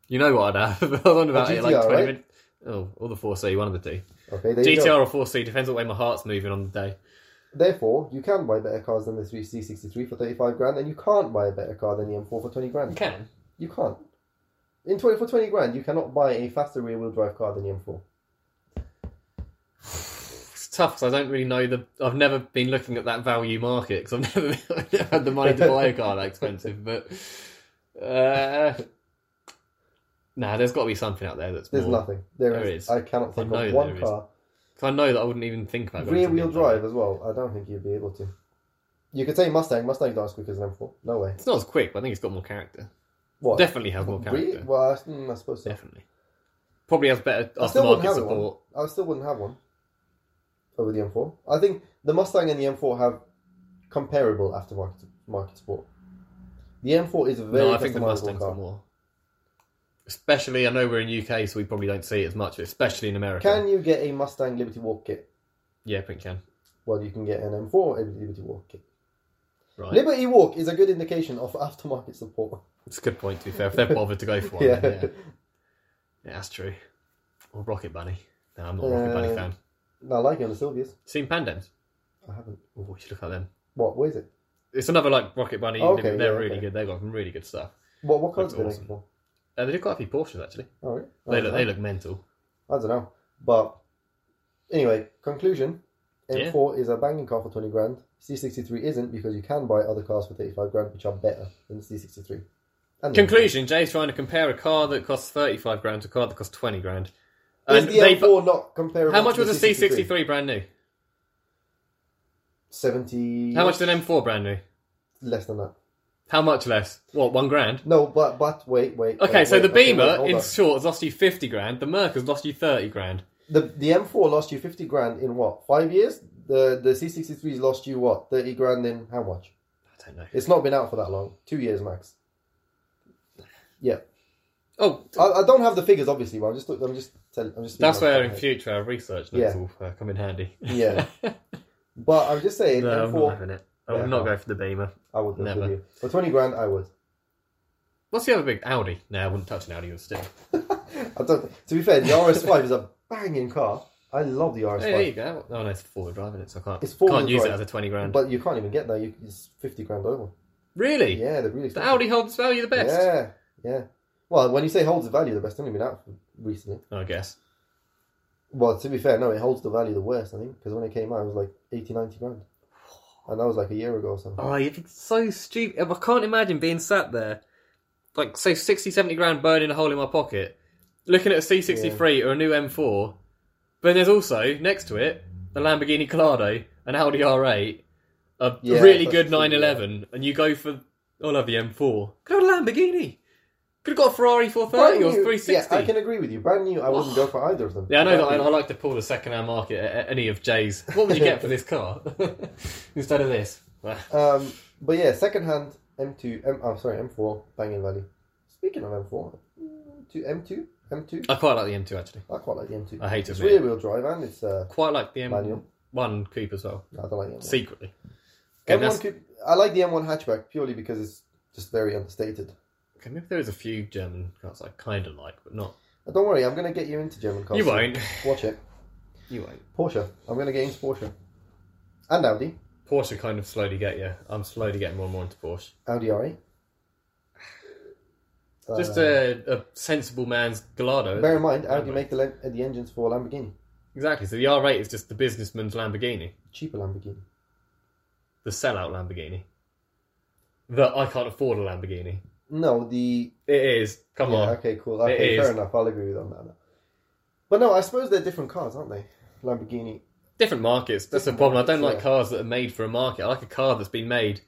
You know what I'd have. [LAUGHS] I was on about it like GTR, 20 right? minutes. Oh, or the 4C, one of the two. Okay, there you go. GTR or 4C depends what way my heart's moving on the day. Therefore, you can buy better cars than the 3 C63 for 35 grand, and you can't buy a better car than the M4 for 20 grand. You can. You can't. In 20, for 20 grand, you cannot buy a faster rear wheel drive car than the M4. It's tough because I don't really know the. I've never been looking at that value market because I've [LAUGHS] never, I've never had the money to buy a car that expensive. But uh, nah, there's got to be something out there that's There's more. nothing. There, There is. is. I cannot I think know of one there is. car. 'Cause I know that I wouldn't even think about going to Rear wheel BMW. drive as well. I don't think you'd be able to. You could say Mustang. Mustang's not as quick as an M4. No way. It's not as quick, but I think it's got more character. What? Definitely has more Re- character. Well, I, mm, I suppose so. Definitely. Probably has better I still wouldn't aftermarket have support. one. I still wouldn't have one over the M4. I think the Mustang and the M4 have comparable aftermarket market support. The M4 is a very No, I think the customizable Mustangs car. are more. Especially, I know we're in UK, so we probably don't see it as much, but especially in America. Can you get a Mustang Liberty Walk kit? Yeah, I think you can. Well, you can get an M4 Liberty Walk kit. Right. Liberty Walk is a good indication of [LAUGHS] aftermarket support. It's a good point, to be fair, if they're bothered to go for one. Yeah. yeah. yeah. that's true. Or Rocket Bunny. No, I'm not a Rocket Uh, Bunny fan. And I like it on the Silvias. Seen Pandems? I haven't. Oh, you should look at them. What? What is it? It's another like Rocket Bunny. Okay, they're yeah, really okay. good. They've got some really good stuff. What? What Looks cars do they make awesome. it for? Uh, they do quite a few Porsches, actually. Oh, really? They I don't look, know. they look mental. I don't know. But anyway, conclusion Yeah. M4 is a banging car for 20 grand. C63 isn't because you can buy other cars for 35 grand which are better than the C63. And Conclusion: Jay's trying to compare a car that costs thirty-five grand to a car that costs twenty grand. Is And the they- M4 not comparable how much to was the a C sixty-three brand new? 70. How much did an M four brand new? Less than that. How much less? What one grand? No, but but wait, wait. Okay, wait, so wait, the okay, wait, Beamer, hold in on. short, has lost you fifty grand. The Merc has lost you thirty grand. the the M4 lost you 50 grand in what? 5 years? The the C63's lost you what? 30 grand in how much? I don't know. It's not been out for that long. 2 years max. Yeah. Oh, I, I don't have the figures, obviously, but I'm just I'm just telling. I'm just. that's speaking where off in the top future our research notes will uh, come in handy. Um, of my head. [LAUGHS] Yeah, but I'm just saying. no, I'm not M4, having it. I would Yeah. not go for the Beamer. I would never. Never. You. For twenty grand, I would. What's the other big Audi? No, I wouldn't touch an Audi with a stick. I don't. To be fair, the RS5 is a banging car. I love the RS5, Hey, there you go. Oh no, it's four-wheel drive, isn't it? So I can't. It's four-wheel can't use drive. it as a twenty grand. but you can't even get there. You, it's fifty grand over. really, Yeah, they're really. the expensive. Audi holds value the best. Yeah, yeah. Well, when you say holds the value the best, it's only been out for recently. I guess. Well, to be fair, no, it holds the value the worst. I think because when it came out, it was like 80, 90 grand, and that was like a year ago or something. Oh, you'd be so stupid. I can't imagine being sat there, like, say, 60, 70 grand burning a hole in my pocket, looking at a C63 or a new M4, but there's also, next to it, the Lamborghini Collado, an Audi R8, a Yeah, really that's good true, 911, and you go for, I'll have the M4. Could have had a Lamborghini. Could have got a Ferrari 430 Brand or new- 360. Yeah, I can agree with you. Brand new, I wouldn't go for either of them. Yeah, I know that I, Brand I like to pull the second-hand market at at any of Jay's. What would you get for this car [LAUGHS] instead of [LAUGHS] this? Well, new. Um, but yeah, second-hand M2. M, I'm sorry, M4 banging value. Speaking of M4, mm, to M2, M2. I quite like the M2 actually. I quite like the M2. I hate to it's admit it. rear-wheel drive and it's uh, quite like the manual. M1 coupe as well, No, I don't like the M1. secretly. Okay, M1 that's- could, I like the M1 hatchback purely because it's just very understated. okay, maybe there is a few German cars I kind of like, but not. Uh, Don't worry, I'm gonna get you into German cars. You soon. won't. [LAUGHS] Watch it. You won't. Porsche. I'm gonna get into Porsche. And Audi. Porsche kind of slowly get you. I'm slowly getting more and more into Porsche. Audi R8. Uh, Just a, a sensible man's Gallardo. Bear in mind, Audi Lambo. make the, le- the engines for Lamborghini. Exactly. So the R8 is just the businessman's Lamborghini, Cheaper Lamborghini. the sellout Lamborghini. That I can't afford a Lamborghini. No, the It is. Come yeah, on. okay, cool. Okay, It fair is. enough. I'll agree with you on that. But no, I suppose they're different cars, aren't they? Lamborghini. Different markets. That's the Different problem. I don't markets, like yeah. cars that are made for a market. I like a car that's been made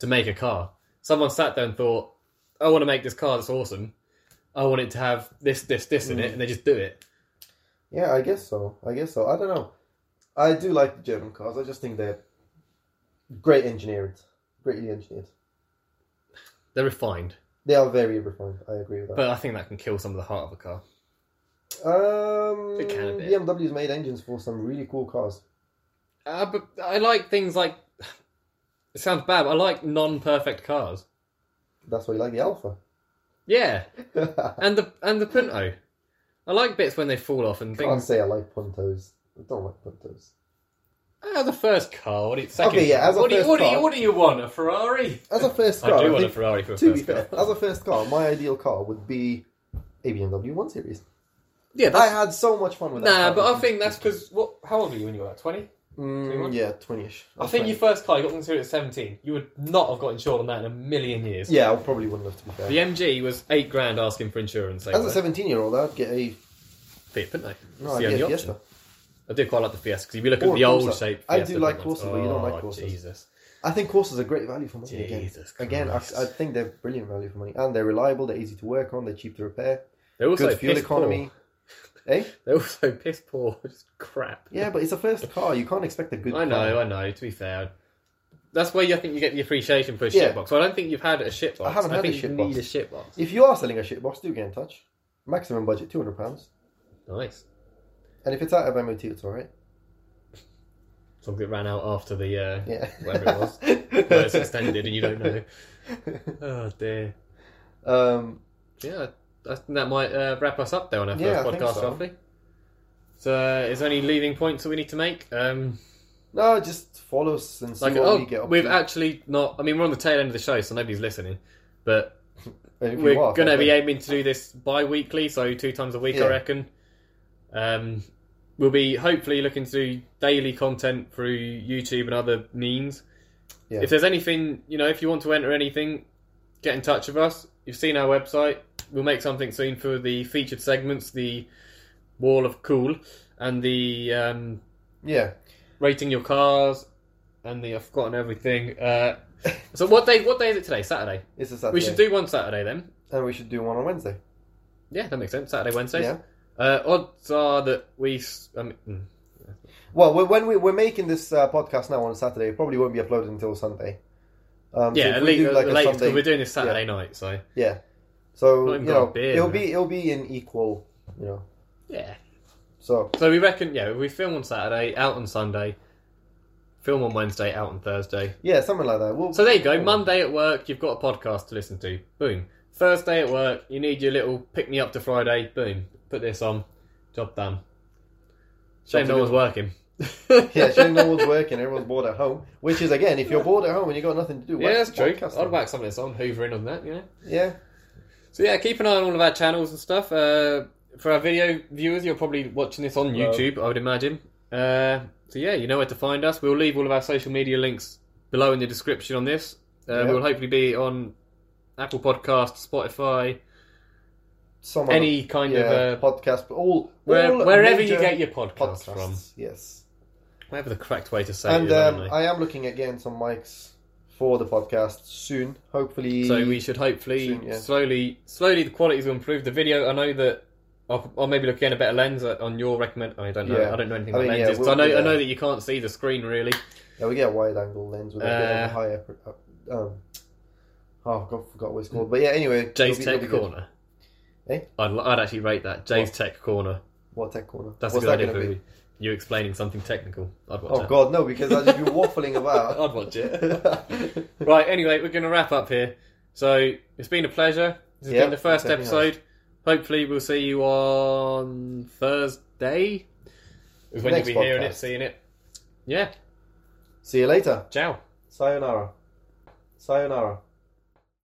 to make a car. Someone sat there and thought, "I want to make this car that's awesome. I want it to have this, this, this in it," and they just do it. Yeah, I guess so. I guess so. I don't know. I do like the German cars. I just think they're great engineered, greatly engineered. They're refined, They are very refined. I agree with that. but I think that can kill some of the heart of a car. um, They can a bit. BMW's made engines for some really cool cars. Uh, but I like things like. It sounds bad. But I like non-perfect cars. [LAUGHS] That's why you like the Alpha. Yeah, I and the and the Punto. I like bits when they fall off and Can't things. say I like puntos. I don't like puntos. Ah, the first car. What do you, second Okay, yeah, car. as a what, do you, first what, do you, car- what do you want? A Ferrari? As a first I car, do I want a think- Ferrari for a to be first fair, car. as a first car, my ideal car would be a BMW 1 Series. Yeah, I that's, had so much fun with that. nah, car. but I think that's because what? How old were you when you were like twenty? Mm, yeah, 20ish. I think your first car you got into it at seventeen. You would not have got insured on that in a million years. Yeah, I probably wouldn't have to be fair. The MG was eight grand asking for insurance. They As a were. 17 year old, I'd get a. Fit, didn't they? No, It's I'd the only get a option. Fiesta. I do quite like the Fiesta because if you look Or at a the old Corsa. shape, I do like Corsas, but you don't like Corsas. Jesus. I think Corsas are great value for money again. Jesus Again, I, Christ. I think they're brilliant value for money. And they're reliable, they're easy to work on, they're cheap to repair, They're also good fuel piss economy. Eh? Poor. They're also piss poor. [LAUGHS] Just crap. Yeah, but it's [LAUGHS] a first car. You can't expect a good I car. know, I know. To be fair, that's where you, I think you get the appreciation for a Yeah. shitbox. I don't think you've had a shitbox. I haven't had a think you shitbox. need a shitbox. If you are selling a shitbox, do get in touch. Maximum budget £200. Nice. And if it's out of MOT, it's alright. As long as it ran out after the uh, Yeah. whatever [LAUGHS] it was, where it's extended, and you don't know. Oh dear. Um, Yeah, I think that might uh, wrap us up there on our first Yeah, I think podcast, so. roughly. So, uh, is there any leaving points that we need to make? Um, no, just follow us and see like, what oh, we get up we've to. actually not. I mean, we're on the tail end of the show, so nobody's listening. But And if you we're are, going to fuck be it. aiming to do this bi-weekly, so two times a week, Yeah. I reckon. Um, we'll be hopefully looking to do daily content through YouTube and other means. Yeah. If there's anything, you know, if you want to enter anything, get in touch with us. You've seen our website. We'll make something soon for the featured segments, the wall of cool, and the um, Yeah. rating your cars, and the I've forgotten everything. [LAUGHS] Uh, so what day? What day is it today? Saturday. It's a Saturday. We should do one Saturday then. and we should do one on Wednesday. Yeah, that makes sense. Saturday, Wednesday. Yeah. Uh, odds are that we. s- Um, mm. Well, we- when we we're making this uh, podcast now on Saturday, it probably won't be uploaded until Sunday. Um, so yeah, if at we least do, like, the a latest, 'cause Sunday- we're doing this Saturday night, so yeah. Not So you even got a know, beer, it'll man. be it'll be in equal, you know. yeah. So So we reckon, yeah, we film on Saturday, out on Sunday, film on Wednesday, out on Thursday. yeah, something like that. We'll, So there you go. Monday at work, you've got a podcast to listen to. Boom. Thursday at work, you need your little pick me up to Friday. Boom. Put this on. Job done. Shame Job to no do. one's working. [LAUGHS] [LAUGHS] yeah, showing no one's working, everyone's bored at home. Which is again, if you're bored at home and you got nothing to do, Yeah, whack that's true. podcasting. I'd whack some of this on, hoover in on that, you know. Yeah, So yeah, keep an eye on all of our channels and stuff. Uh, for our video viewers, you're probably watching this on Well. YouTube, I would imagine. Uh, so yeah, you know where to find us. We'll leave all of our social media links below in the description on this. Uh, Yep. We'll hopefully be on Apple Podcast, Spotify, some other- any kind yeah, of uh, podcast, but all where, all wherever you major get your podcast podcasts. from, Yes, whatever the correct way to say it and is, I don't um, know. I am looking at getting some mics for the podcast soon. Hopefully, So we should hopefully Soon, yeah. slowly, slowly the quality will improve. The video, I know that I'll, I'll maybe look again a better lens uh, on your recommend. I don't know. Yeah. I don't know anything I about mean, yeah, lenses. 'cause we'll I know. do I know that. that you can't see the screen really. Yeah, we get a wide angle lens with a bit Uh, of a higher. pr- uh, Um, oh, I got- forgot what it's called. But yeah, anyway. Jay's it'll be- it'll Tech be good. Corner. Eh? I'd, li- I'd actually rate that Jay's Tech Corner. What tech corner? That's What's a good that idea gonna for be? you explaining something technical. I'd watch Oh it. god, no, because I'll just be [LAUGHS] waffling about. I'd watch it. right. Anyway, we're going to wrap up here. So it's been a pleasure. This has Yeah, been the first definitely has. episode. Hopefully, we'll see you on Thursday. Is when Next you'll be hearing it, podcast. seeing it. Yeah. [LAUGHS] See you later. Ciao. Sayonara. Sayonara.